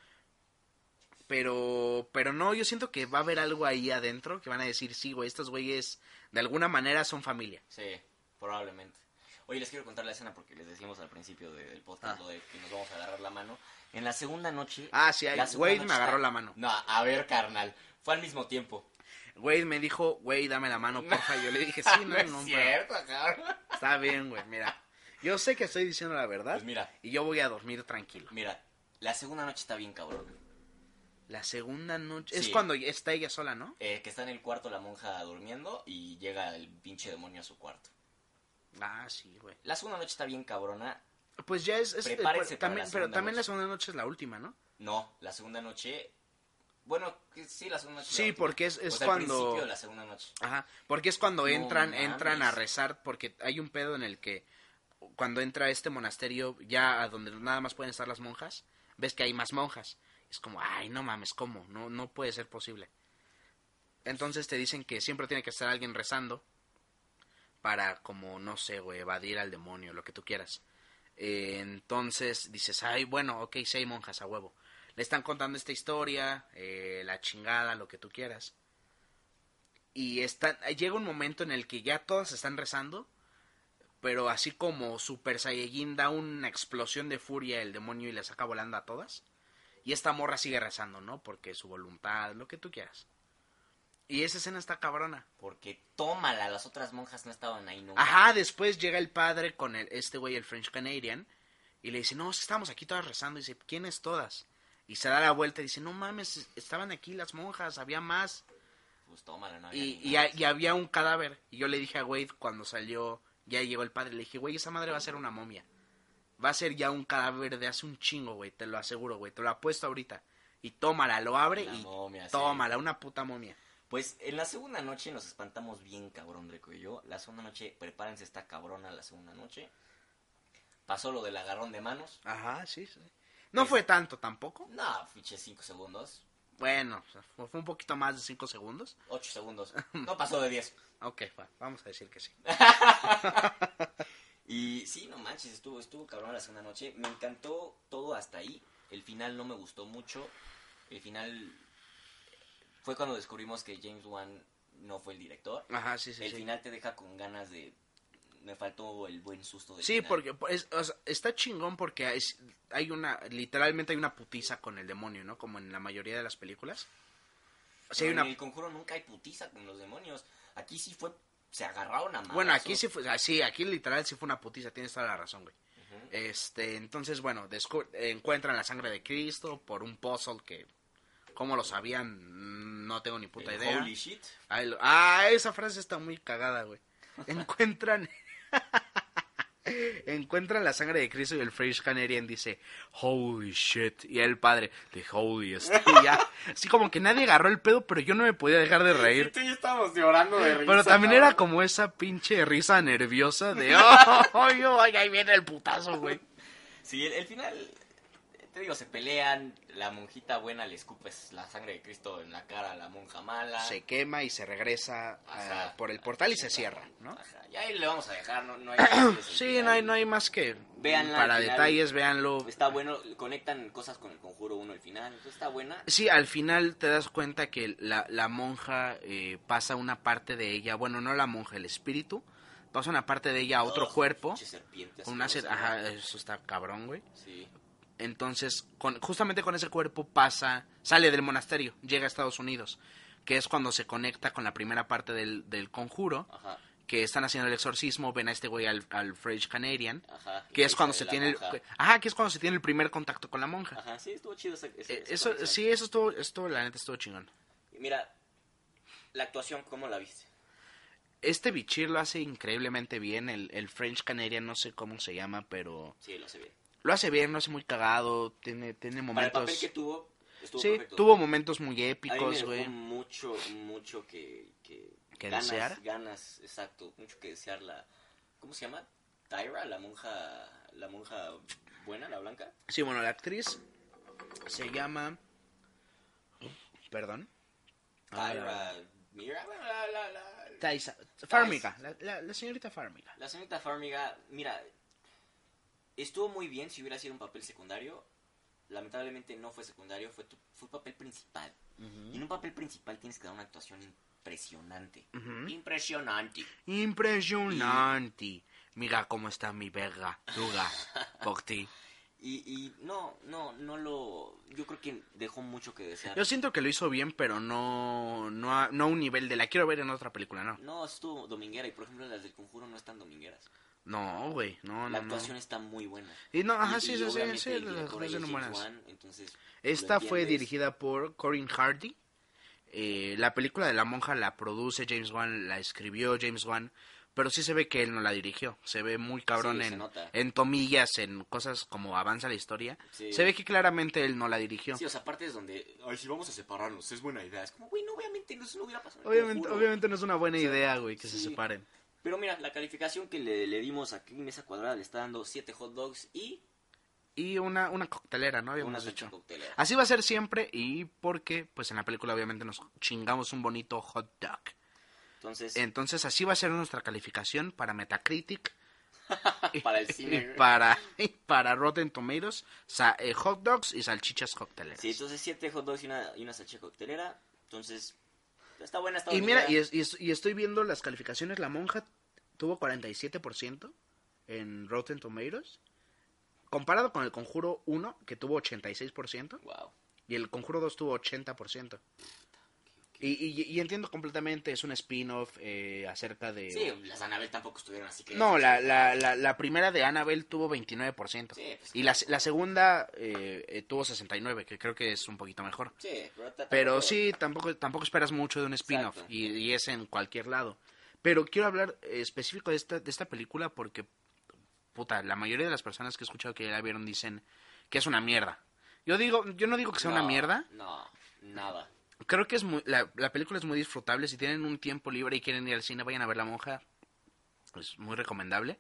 S1: Pero, pero no, yo siento que va a haber algo ahí adentro que van a decir, sí, güey, estos güeyes de alguna manera son familia.
S2: Sí, probablemente. Oye, les quiero contar la escena porque les decimos al principio de- del podcast
S1: Ah.
S2: lo de que nos vamos a agarrar la mano. En la segunda noche.
S1: Ah, sí, ahí,
S2: la segunda
S1: Wade
S2: noche
S1: me agarró
S2: está-
S1: la mano.
S2: No, a ver, carnal. Fue al mismo tiempo.
S1: Güey me dijo, güey, dame la mano, porfa. Y Yo le dije, sí, no,
S2: Ah, es
S1: no, pero-
S2: cierto, cabrón.
S1: Está bien, güey, mira. Yo sé que estoy diciendo la verdad.
S2: Pues mira.
S1: Y yo voy a dormir tranquilo.
S2: Mira, la segunda noche está bien, cabrón.
S1: La segunda noche. Es
S2: Sí.
S1: cuando está ella sola, ¿no?
S2: Eh, que está en el cuarto la monja durmiendo y llega el pinche demonio a su cuarto.
S1: Ah, sí, güey.
S2: La segunda noche está bien cabrona.
S1: Pues ya es. es- eh,
S2: Prepárense
S1: pues,
S2: para
S1: también,
S2: la
S1: pero
S2: segunda
S1: también la
S2: noche.
S1: segunda noche es la última, ¿no?
S2: No, la segunda noche. Bueno, que sí, la segunda noche. es la
S1: Sí,
S2: última.
S1: porque es- es
S2: O sea,
S1: cuando-
S2: Al principio de la segunda noche.
S1: Ajá. Porque es cuando
S2: No
S1: entran,
S2: mames.
S1: entran a rezar. Porque hay un pedo en el que. Cuando entra este monasterio, ya a donde nada más pueden estar las monjas, ves que hay más monjas. Es como, ay, no mames, ¿cómo? No, no puede ser posible. Entonces te dicen que siempre tiene que estar alguien rezando para como, no sé, güey, evadir al demonio, lo que tú quieras. Eh, entonces dices, ay, bueno, ok, sí hay monjas a huevo. Le están contando esta historia, eh, la chingada, lo que tú quieras. Y está, llega un momento en el que ya todas están rezando, pero así como Super Saiyajin da una explosión de furia el demonio y le saca volando a todas. Y esta morra sigue rezando, ¿no? Porque su voluntad, lo que tú quieras. Y esa escena está cabrona.
S2: Porque tómala, las otras monjas no estaban ahí nunca.
S1: Ajá, después llega el padre con el, este güey, el French Canadian, y le dice, no, es que estábamos aquí todas rezando. Y dice, ¿quiénes todas? Y se da la vuelta y dice, no mames, estaban aquí las monjas, había más.
S2: Pues tómala, no había
S1: Y,
S2: ni
S1: y
S2: nada.
S1: ha- y había un cadáver. Y yo le dije a Wade cuando salió, ya llegó el padre, le dije, güey, esa madre va a ser una momia. Va a ser ya un cadáver de hace un chingo, güey, te lo aseguro, güey, te lo apuesto ahorita. Y tómala, lo abre
S2: La
S1: y
S2: momia, sí.
S1: tómala, una puta momia.
S2: Pues en la segunda noche nos espantamos bien cabrón, Dreco y yo. La segunda noche, prepárense, está cabrona la segunda noche. Pasó lo del agarrón de manos.
S1: Ajá, sí, sí. No fue tanto tampoco.
S2: No, fiché 5 segundos.
S1: Bueno, o sea, fue fue un poquito más de 5 segundos.
S2: 8 segundos. No pasó de 10.
S1: Ok, va, vamos a decir que sí.
S2: Y sí, no manches, estuvo, estuvo cabrón la segunda noche. Me encantó todo hasta ahí. El final no me gustó mucho. El final fue cuando descubrimos que James Wan no fue el director.
S1: Ajá, sí, sí,
S2: el
S1: sí.
S2: final te deja con ganas de... Me faltó el buen susto del
S1: Sí,
S2: final.
S1: porque pues, es- o sea, está chingón porque es- hay una, literalmente hay una putiza con el demonio, ¿no? Como en la mayoría de las películas. O sea, hay
S2: Pero
S1: una,
S2: En el conjuro nunca hay putiza con los demonios. Aquí sí fue... Se agarraron a
S1: bueno,
S2: madrazos.
S1: aquí sí fue, ah, sí, aquí literal sí fue una putiza, tienes toda la razón, güey.
S2: Ujú.
S1: Este, entonces, bueno, descu- encuentran la sangre de Cristo por un puzzle que, ¿cómo lo sabían? No tengo ni puta
S2: El
S1: idea.
S2: Holy shit.
S1: Ahí lo- Ah, esa frase está muy cagada, güey. Encuentran. Encuentran la sangre de Cristo y el French Canadian dice, holy shit. Y el padre, the holiest. Y ya, así como que nadie agarró el pedo, pero yo no me podía dejar de
S3: Y
S1: reír.
S3: tú y yo estábamos llorando de risa.
S1: Pero también
S3: cabrón.
S1: era como esa pinche risa nerviosa de, oh, ay, ay, ahí viene el putazo, güey.
S2: Sí, el, el final, te digo, se pelean, la monjita buena le escupes la sangre de Cristo en la cara a la monja mala.
S1: Se quema y se regresa
S2: Ajá.
S1: ah, por el portal y se cierra, ¿no?
S2: Ajá, Y ahí le vamos a dejar, no, no hay...
S1: Sí, no hay, no hay más que...
S2: Véanla,
S1: para
S2: al final.
S1: detalles, véanlo.
S2: Está bueno, conectan cosas con el conjuro uno al final, entonces está buena.
S1: Sí, al final te das cuenta que la, la monja eh, pasa una parte de ella, bueno, no la monja, el espíritu, pasa una parte de ella a otro
S2: Dos
S1: cuerpo.
S2: pinches serpientes,
S1: Una ser-
S2: asquerosas.
S1: ajá, eso está cabrón, güey.
S2: Sí.
S1: Entonces, con, justamente con ese cuerpo pasa, sale del monasterio, llega a Estados Unidos, que es cuando se conecta con la primera parte del, del conjuro,
S2: Ajá,
S1: que están haciendo el exorcismo, ven a este güey al, al French Canadian,
S2: ajá.
S1: que
S2: La
S1: es cuando se
S2: hija de la
S1: tiene el,
S2: monja.
S1: ajá, que es cuando se tiene el primer contacto con la monja.
S2: Ajá, sí, estuvo chido esa, esa-
S1: Eh,
S2: esa
S1: Eso,
S2: conexión.
S1: sí, eso estuvo, esto, la neta, estuvo chingón.
S2: Y Mira, la actuación, ¿cómo la viste?
S1: Este bichir lo hace increíblemente bien. El, el French Canadian, no sé cómo se llama, pero
S2: Sí, lo sé bien.
S1: lo hace bien, lo hace muy cagado. Tiene, tiene
S2: Para el
S1: momentos.
S2: papel que tuvo, estuvo
S1: sí,
S2: perfecto.
S1: tuvo momentos muy
S2: A mí me
S1: épicos,
S2: dejó
S1: güey.
S2: mucho, mucho que... Que,
S1: ¿Que
S2: ganas,
S1: desear?
S2: Ganas, exacto. Mucho que desear la... ¿Cómo se llama? Tyra, la monja... La monja buena, la blanca.
S1: Sí, bueno, la actriz se llama. Perdón. Ah,
S2: Tyra... Mira, bueno, la... La, la,
S1: Taisa- Farmiga, la, la- la señorita Farmiga.
S2: la señorita Farmiga, mira... Estuvo muy bien si hubiera sido un papel secundario. Lamentablemente no fue secundario, fue, tu- fue papel principal. Y en un papel principal tienes que dar una actuación impresionante.
S1: Ujú.
S2: Impresionante.
S1: Impresionante. Mira cómo está mi verga, duga, por ti.
S2: Y, y no, no, no lo. Yo creo que dejó mucho que desear.
S1: Yo siento que lo hizo bien, pero no, no, a, no a un nivel de la quiero ver en otra película, no.
S2: No, estuvo dominguera y por ejemplo las del conjuro no están domingueras.
S1: No, güey, no, no,
S2: la
S1: no.
S2: actuación está muy buena.
S1: Y no, ajá,
S2: Y-
S1: sí,
S2: y
S1: sí, sí,
S2: obviamente
S1: sí,
S2: el
S1: las
S2: director
S1: actuaciones
S2: ahí es
S1: son
S2: James
S1: buenas.
S2: Wan, entonces, lo
S1: Esta fue
S2: entiendes.
S1: dirigida por Corin Hardy. Eh, la película de la monja la produce James Wan, la escribió James Wan, pero sí se ve que él no la dirigió. Se ve muy cabrón
S2: Sí, se
S1: en,
S2: nota.
S1: en tomillas, en cosas como avanza la historia.
S2: Sí.
S1: Se ve que claramente él no la dirigió.
S2: Sí, o sea, partes donde.
S3: Ay, sí, vamos a separarnos, es buena idea. Es como,
S2: Como, güey, no, obviamente no, eso no hubiera pasado. en El
S1: obviamente,
S2: Conjuro.
S1: obviamente no es una buena idea, güey, que se
S2: sí.
S1: separen.
S2: Pero mira, la calificación que le, le dimos aquí en mesa cuadrada le está dando 7 hot dogs y
S1: Y una, una coctelera, ¿no? Habíamos Ah,
S2: una
S1: dicho.
S2: salchicha coctelera.
S1: Así va a ser siempre y porque, pues en la película obviamente nos chingamos un bonito hot dog.
S2: Entonces,
S1: Entonces así va a ser nuestra calificación para Metacritic,
S2: para el
S1: y
S2: cine. güey.
S1: para, y para Rotten Tomatoes, sa- eh, hot dogs y salchichas cocteleras.
S2: Sí, entonces 7 hot dogs y una, y una salchicha coctelera. Entonces, está buena, está
S1: y mira,
S2: dominguera.
S1: y, es- y es- y estoy viendo las calificaciones, La Monja tuvo 47% en Rotten Tomatoes, comparado con El Conjuro 1, que tuvo 86%.
S2: Wow.
S1: Y el Conjuro 2 tuvo 80%. Y, y, y entiendo completamente, es un spin-off eh, acerca de...
S2: Sí, las Anabel tampoco estuvieron así que.
S1: No, la, la, la, la primera de Annabelle tuvo 29%.
S2: Sí, pues,
S1: y la, la segunda eh, eh, tuvo 69%, que creo que es un poquito mejor.
S2: Sí, pero, ta-
S1: Pero
S2: tampoco-
S1: sí, tampoco, tampoco esperas mucho de un spin-off.
S2: Exacto.
S1: Y, y es en cualquier lado. Pero quiero hablar eh, específico de esta, de esta película porque, puta, la mayoría de las personas que he escuchado que ya la vieron dicen que es una mierda. Yo digo, yo no digo que sea una
S2: No,
S1: mierda.
S2: No, nada.
S1: Creo que es muy, la, la película es muy disfrutable. Si tienen un tiempo libre y quieren ir al cine, vayan a ver La Monja. Es muy recomendable.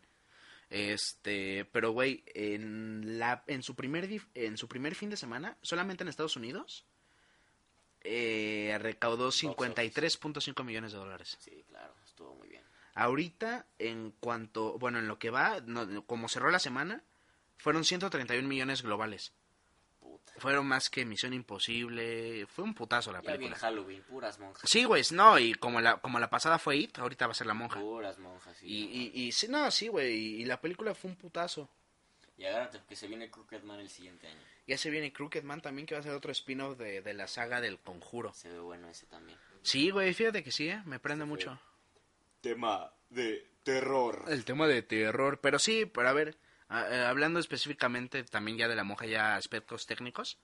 S1: Este, pero güey, en la, en su primer, dif- en su primer fin de semana, solamente en Estados Unidos, eh, recaudó 53.5 millones de dólares.
S2: Sí, claro, estuvo muy bien.
S1: Ahorita, en cuanto, bueno, en lo que va, no- como cerró la semana, fueron 131 millones globales.
S2: Puta.
S1: Fueron más que Misión Imposible. Fue un putazo la
S2: Ya bien
S1: película.
S2: Halloween, puras monjas.
S1: Sí, güey, no, y como la, como la pasada fue It, ahorita va a ser La Monja.
S2: Puras monjas, sí.
S1: Y, y, y sí, no, sí, güey, y, y la película fue un putazo.
S2: Y agárrate porque se viene Crooked Man el siguiente año.
S1: Ya se viene Crooked Man también, que va a ser otro spin-off de, de la saga del Conjuro.
S2: Se ve bueno ese también.
S1: Sí, güey, fíjate que sí, ¿eh? me prende
S2: Sí.
S1: mucho.
S3: Tema de terror.
S1: El tema de terror, pero sí, pero a ver, a- eh, hablando específicamente también ya de La Monja, ya aspectos técnicos.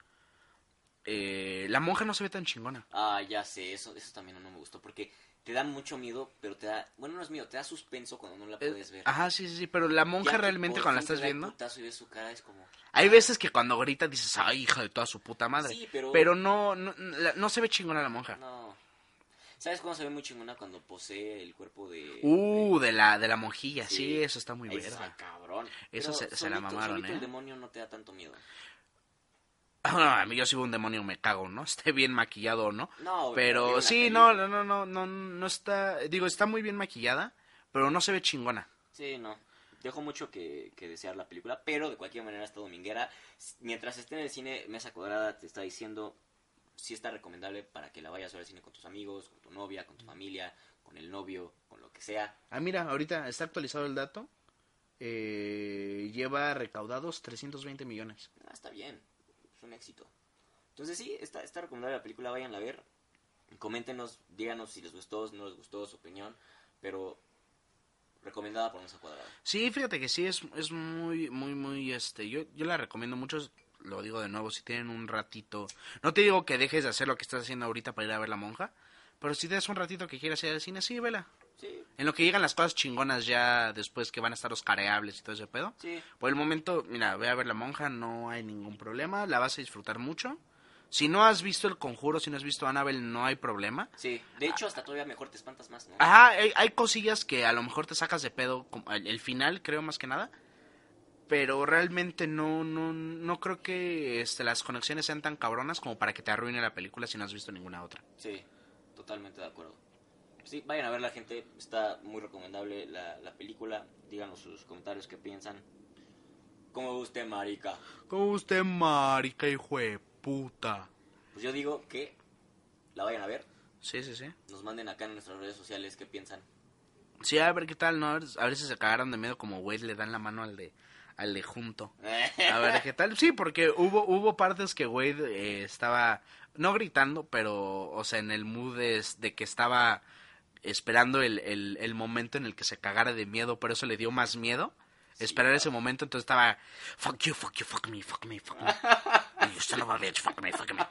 S1: eh, la Monja no se ve tan chingona.
S2: Ah, ya sé, eso, eso también no me gustó porque te da mucho miedo, pero te da... Bueno, no es miedo, te da suspenso cuando no la
S1: Eh,
S2: puedes ver.
S1: Ajá, sí, sí, sí, pero La
S2: Ya
S1: Monja
S2: que
S1: realmente
S2: por
S1: cuando la
S2: fin
S1: estás
S2: te da el
S1: viendo...
S2: putazo y ves su cara, es como...
S1: Hay veces que cuando grita dices, ay, hija de toda su puta madre.
S2: Sí,
S1: pero
S2: pero-
S1: no, no, la- no se ve chingona la monja.
S2: No. ¿Sabes cómo se ve muy chingona cuando posee el cuerpo de...
S1: Uh, de la, de la monjilla, sí, eso está muy
S2: Eso está
S1: verga.
S2: cabrón.
S1: Eso
S2: Pero
S1: se- se la
S2: solito-
S1: mamaron,
S2: solito
S1: ¿eh?
S2: el demonio no te da tanto miedo.
S1: No, a mí yo si veo un demonio me cago, ¿no? Esté bien maquillado o no.
S2: No, en
S1: Pero
S2: la
S1: sí,
S2: peli-
S1: no, no, no, no, no, no está, digo, está muy bien maquillada, pero no se ve chingona.
S2: Sí, no. Dejó mucho que, que desear la película, pero de cualquier manera está dominguera. S- Mientras esté en el cine, Mesa Cuadrada te está diciendo si está recomendable para que la vayas a ver al cine con tus amigos, con tu novia, con tu familia, con el novio, con lo que sea.
S1: Ah, mira, ahorita está actualizado el dato. Eh, lleva recaudados 320 millones.
S2: Ah, está bien, es un éxito. Entonces sí, está, está recomendable la película, vayan a ver. Coméntenos, díganos si les gustó, si no les gustó, su opinión, pero recomendada por Mesa Cuadrada.
S1: Sí, fíjate que sí, es, es muy, muy, muy, este, yo, yo la recomiendo mucho, lo digo de nuevo, si tienen un ratito, no te digo que dejes de hacer lo que estás haciendo ahorita para ir a ver La Monja, pero si tienes un ratito que quieras ir al cine, sí, vela.
S2: Sí,
S1: En lo que llegan las cosas chingonas ya después que van a estar los careables y todo ese pedo.
S2: sí.
S1: Por el momento, mira, ve a ver La Monja, no hay ningún problema, la vas a disfrutar mucho. Si no has visto El Conjuro, si no has visto Annabelle, no hay problema.
S2: Sí, de hecho hasta todavía mejor te espantas más, ¿no?
S1: Ajá, hay, hay cosillas que a lo mejor te sacas de pedo, como el, el final creo más que nada, pero realmente no, no, no creo que este, las conexiones sean tan cabronas como para que te arruine la película si no has visto ninguna otra.
S2: Sí, totalmente de acuerdo. Sí, vayan a ver la gente, está muy recomendable la, la película. Díganos sus comentarios, qué piensan. ¿Cómo ve usted, marica?
S1: Como usted, marica, hijo de puta.
S2: Pues yo digo que la vayan a ver,
S1: Sí, sí, sí.
S2: nos manden acá en nuestras redes sociales qué piensan.
S1: Sí, a ver qué tal, ¿no? A ver, a ver si se cagaron de miedo como güey le dan la mano al de, al de junto. A ver qué tal. Sí, porque hubo, hubo partes que Wade eh, estaba, no gritando, pero, o sea, en el mood de, de que estaba esperando el, el, el momento en el que se cagara de miedo, pero eso le dio más miedo. Esperar ese momento, entonces estaba, fuck you, fuck you, fuck me, fuck me, fuck me. Y yo, son of a bitch, fuck me, fuck me.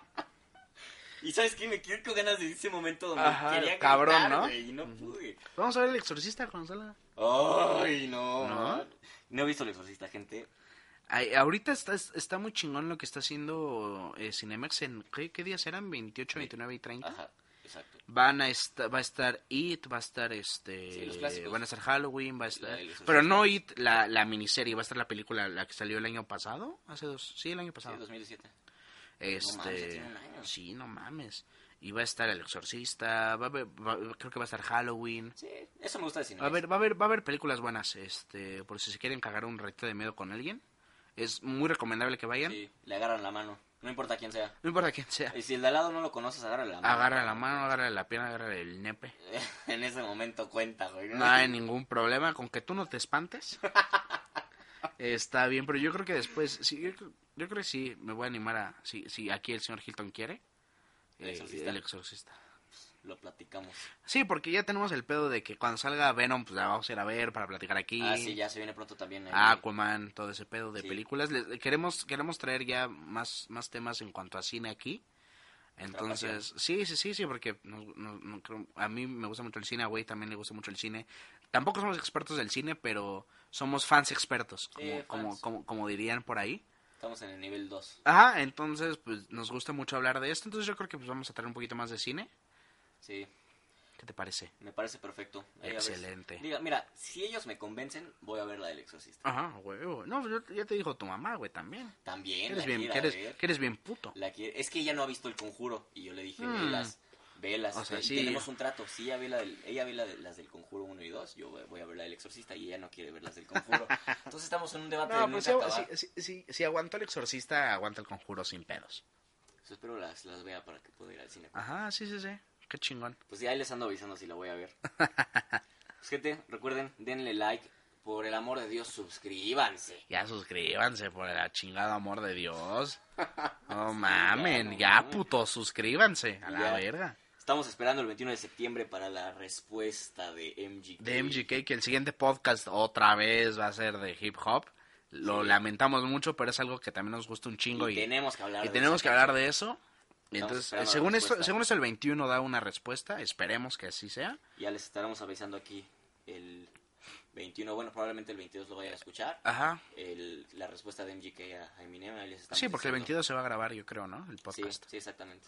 S2: y sabes que me quedé con ganas de ese momento donde
S1: Ajá,
S2: quería
S1: cabrón,
S2: gritar,
S1: ¿no?
S2: güey, Y no pude.
S1: Vamos a ver el exorcista, Gonzalo.
S2: Ay, no.
S1: ¿No?
S2: No, he visto el exorcista, gente.
S1: Ay, ahorita está, está muy chingón lo que está haciendo eh, Cinemex en, ¿qué, qué días eran? 28, 29 y 30.
S2: Ajá, exacto.
S1: van a estar va a estar It va a estar este
S2: Sí, los clásicos.
S1: van a estar Halloween va a estar
S2: La del exorcista.
S1: pero no It la, la miniserie va a estar la película la que salió el año pasado hace dos sí el año
S2: Sí,
S1: pasado
S2: 2017.
S1: este
S2: No mames, ya tiene un año.
S1: sí no mames y va a estar el exorcista va a haber- va- creo que va a estar Halloween
S2: Sí, eso me gusta de cine.
S1: va a haber va a haber va a haber películas buenas este por si se quieren cagar un reto de miedo con alguien es muy recomendable que vayan
S2: Sí, le agarran la mano. No importa quién sea.
S1: no importa quién sea
S2: Y si el de al lado no lo conoces, agarra la mano.
S1: agarra la mano agarra la pierna agarra el nepe
S2: en ese momento cuenta, güey.
S1: No hay ningún problema con que tú no te espantes. Está bien, pero yo creo que después, sí, yo, creo- yo creo que sí, me voy a animar a, si, si aquí el señor Hilton quiere,
S2: El
S1: eh,
S2: exorcista.
S1: el exorcista.
S2: Lo platicamos.
S1: Sí, porque ya tenemos el pedo de que cuando salga Venom, pues la vamos a ir a ver para platicar aquí.
S2: Ah, sí, ya se viene pronto también. eh, el-
S1: Ah, Aquaman, todo ese pedo de
S2: Sí.
S1: películas. Le- queremos, queremos traer ya más, más temas en cuanto a cine aquí. Entonces, sí, sí, sí, sí, porque nos- nos- no creo- a mí me gusta mucho el cine, a Güey también le gusta mucho el cine. Tampoco somos expertos del cine, pero somos fans expertos, como,
S2: Sí, fans.
S1: como, como, como dirían por ahí.
S2: Estamos en el nivel 2.
S1: Ajá, entonces pues nos gusta mucho hablar de esto, entonces yo creo que pues vamos a traer un poquito más de cine.
S2: Sí,
S1: ¿Qué te parece?
S2: me parece perfecto. Ahí a ver si-
S1: Excelente. Ah.
S2: Diga, mira, si ellos me convencen, voy a ver la del exorcista.
S1: Ajá, huevo. No, pues, yo, ya te dijo tu mamá, güey, también. Que
S2: También.
S1: eres
S2: la
S1: bien,
S2: quiero
S1: que eres,
S2: ver.
S1: que eres bien puto.
S2: La quiere- Es que ella no ha visto el conjuro. Y yo le dije,
S1: Mm.
S2: velas, velas.
S1: O sea,
S2: y
S1: sí.
S2: Tenemos un trato. Si ella ve, la del- ella ve la de- las del conjuro 1 y 2, yo voy- voy a ver la del exorcista y ella no quiere ver las del conjuro. Entonces estamos en un debate de
S1: No,
S2: nunca
S1: pues si, agu-
S2: acabar.
S1: si- si- si- si aguantó el exorcista, aguanta el conjuro sin pedos.
S2: Entonces, espero las, las vea para que pueda ir al cine.
S1: Ajá, sí, sí, sí. Qué chingón.
S2: Pues ya ahí les ando avisando si la voy a ver. pues gente, recuerden, denle like. Por el amor de Dios, suscríbanse.
S1: Ya suscríbanse por el chingado amor de Dios. No mamen, ya puto, suscríbanse a la
S2: Ya.
S1: verga.
S2: Estamos esperando el 21 de septiembre para la respuesta de MGK.
S1: De MGK, que el siguiente podcast otra vez va a ser de hip hop. Lo
S2: Sí.
S1: lamentamos mucho, pero es algo que también nos gusta un chingo
S2: Y
S1: y,
S2: tenemos que hablar
S1: y
S2: de
S1: tenemos
S2: eso.
S1: que hablar de eso.
S2: Estamos
S1: Entonces, eh,
S2: esperando la
S1: según esto,
S2: respuesta.
S1: según esto el 21 da una respuesta, esperemos que así sea.
S2: Ya les estaremos avisando aquí el 21. Bueno, probablemente el 22 lo vayan a escuchar.
S1: Ajá.
S2: El- la respuesta de MGK a Eminem. ahí les estamos
S1: Sí, porque el
S2: diciendo.
S1: 22 se va a grabar, yo creo, ¿no? El
S2: Sí,
S1: podcast.
S2: sí, exactamente.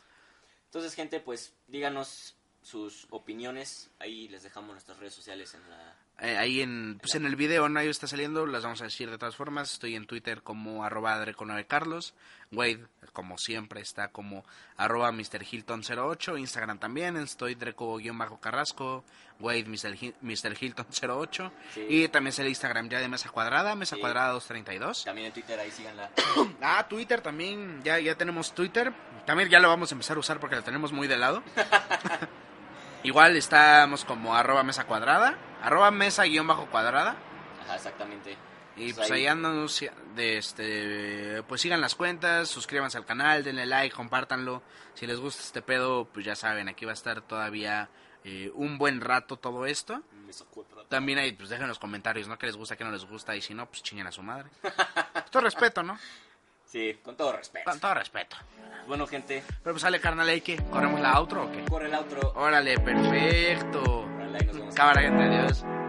S2: Entonces, gente, pues díganos sus opiniones. Ahí les dejamos nuestras redes sociales en la...
S1: Eh, ahí en, pues en el video, ¿no? Ahí está saliendo, las vamos a decir de todas formas. Estoy en Twitter como arroba Carlos. Wade, como siempre, está como arroba Mr. Hilton08. Instagram también, estoy Dreco-Carrasco. Wade, Mr. Hil- Mr. Hilton08.
S2: Sí.
S1: Y también es el Instagram ya de Mesa Cuadrada, Mesa
S2: Sí.
S1: Cuadrada 232.
S2: También en Twitter, ahí síganla.
S1: Ah, Twitter también, ya, ya tenemos Twitter. También ya lo vamos a empezar a usar porque lo tenemos muy de lado. Igual estamos como arroba mesa cuadrada, arroba mesa guión bajo cuadrada.
S2: Ajá, exactamente.
S1: Y
S2: Pues
S1: pues
S2: ahí-
S1: ahí andamos de este, pues sigan las cuentas, suscríbanse al canal, denle like, compártanlo. Si les gusta este pedo, pues ya saben, aquí va a estar todavía eh, un buen rato todo esto.
S2: Me sacó el rato.
S1: También ahí, pues dejen los comentarios, ¿no? Que les gusta, que no les gusta, y si no, pues chinguen a su madre. Todo respeto, ¿no?
S2: Sí, con todo respeto.
S1: Con todo respeto.
S2: Bueno, gente,
S1: Pero pues sale carnal, ¿hay que corremos la outro o qué?
S2: corre el outro.
S1: Órale, perfecto.
S2: Órale, ahí nos vemos.
S1: Cámara, gente, adiós.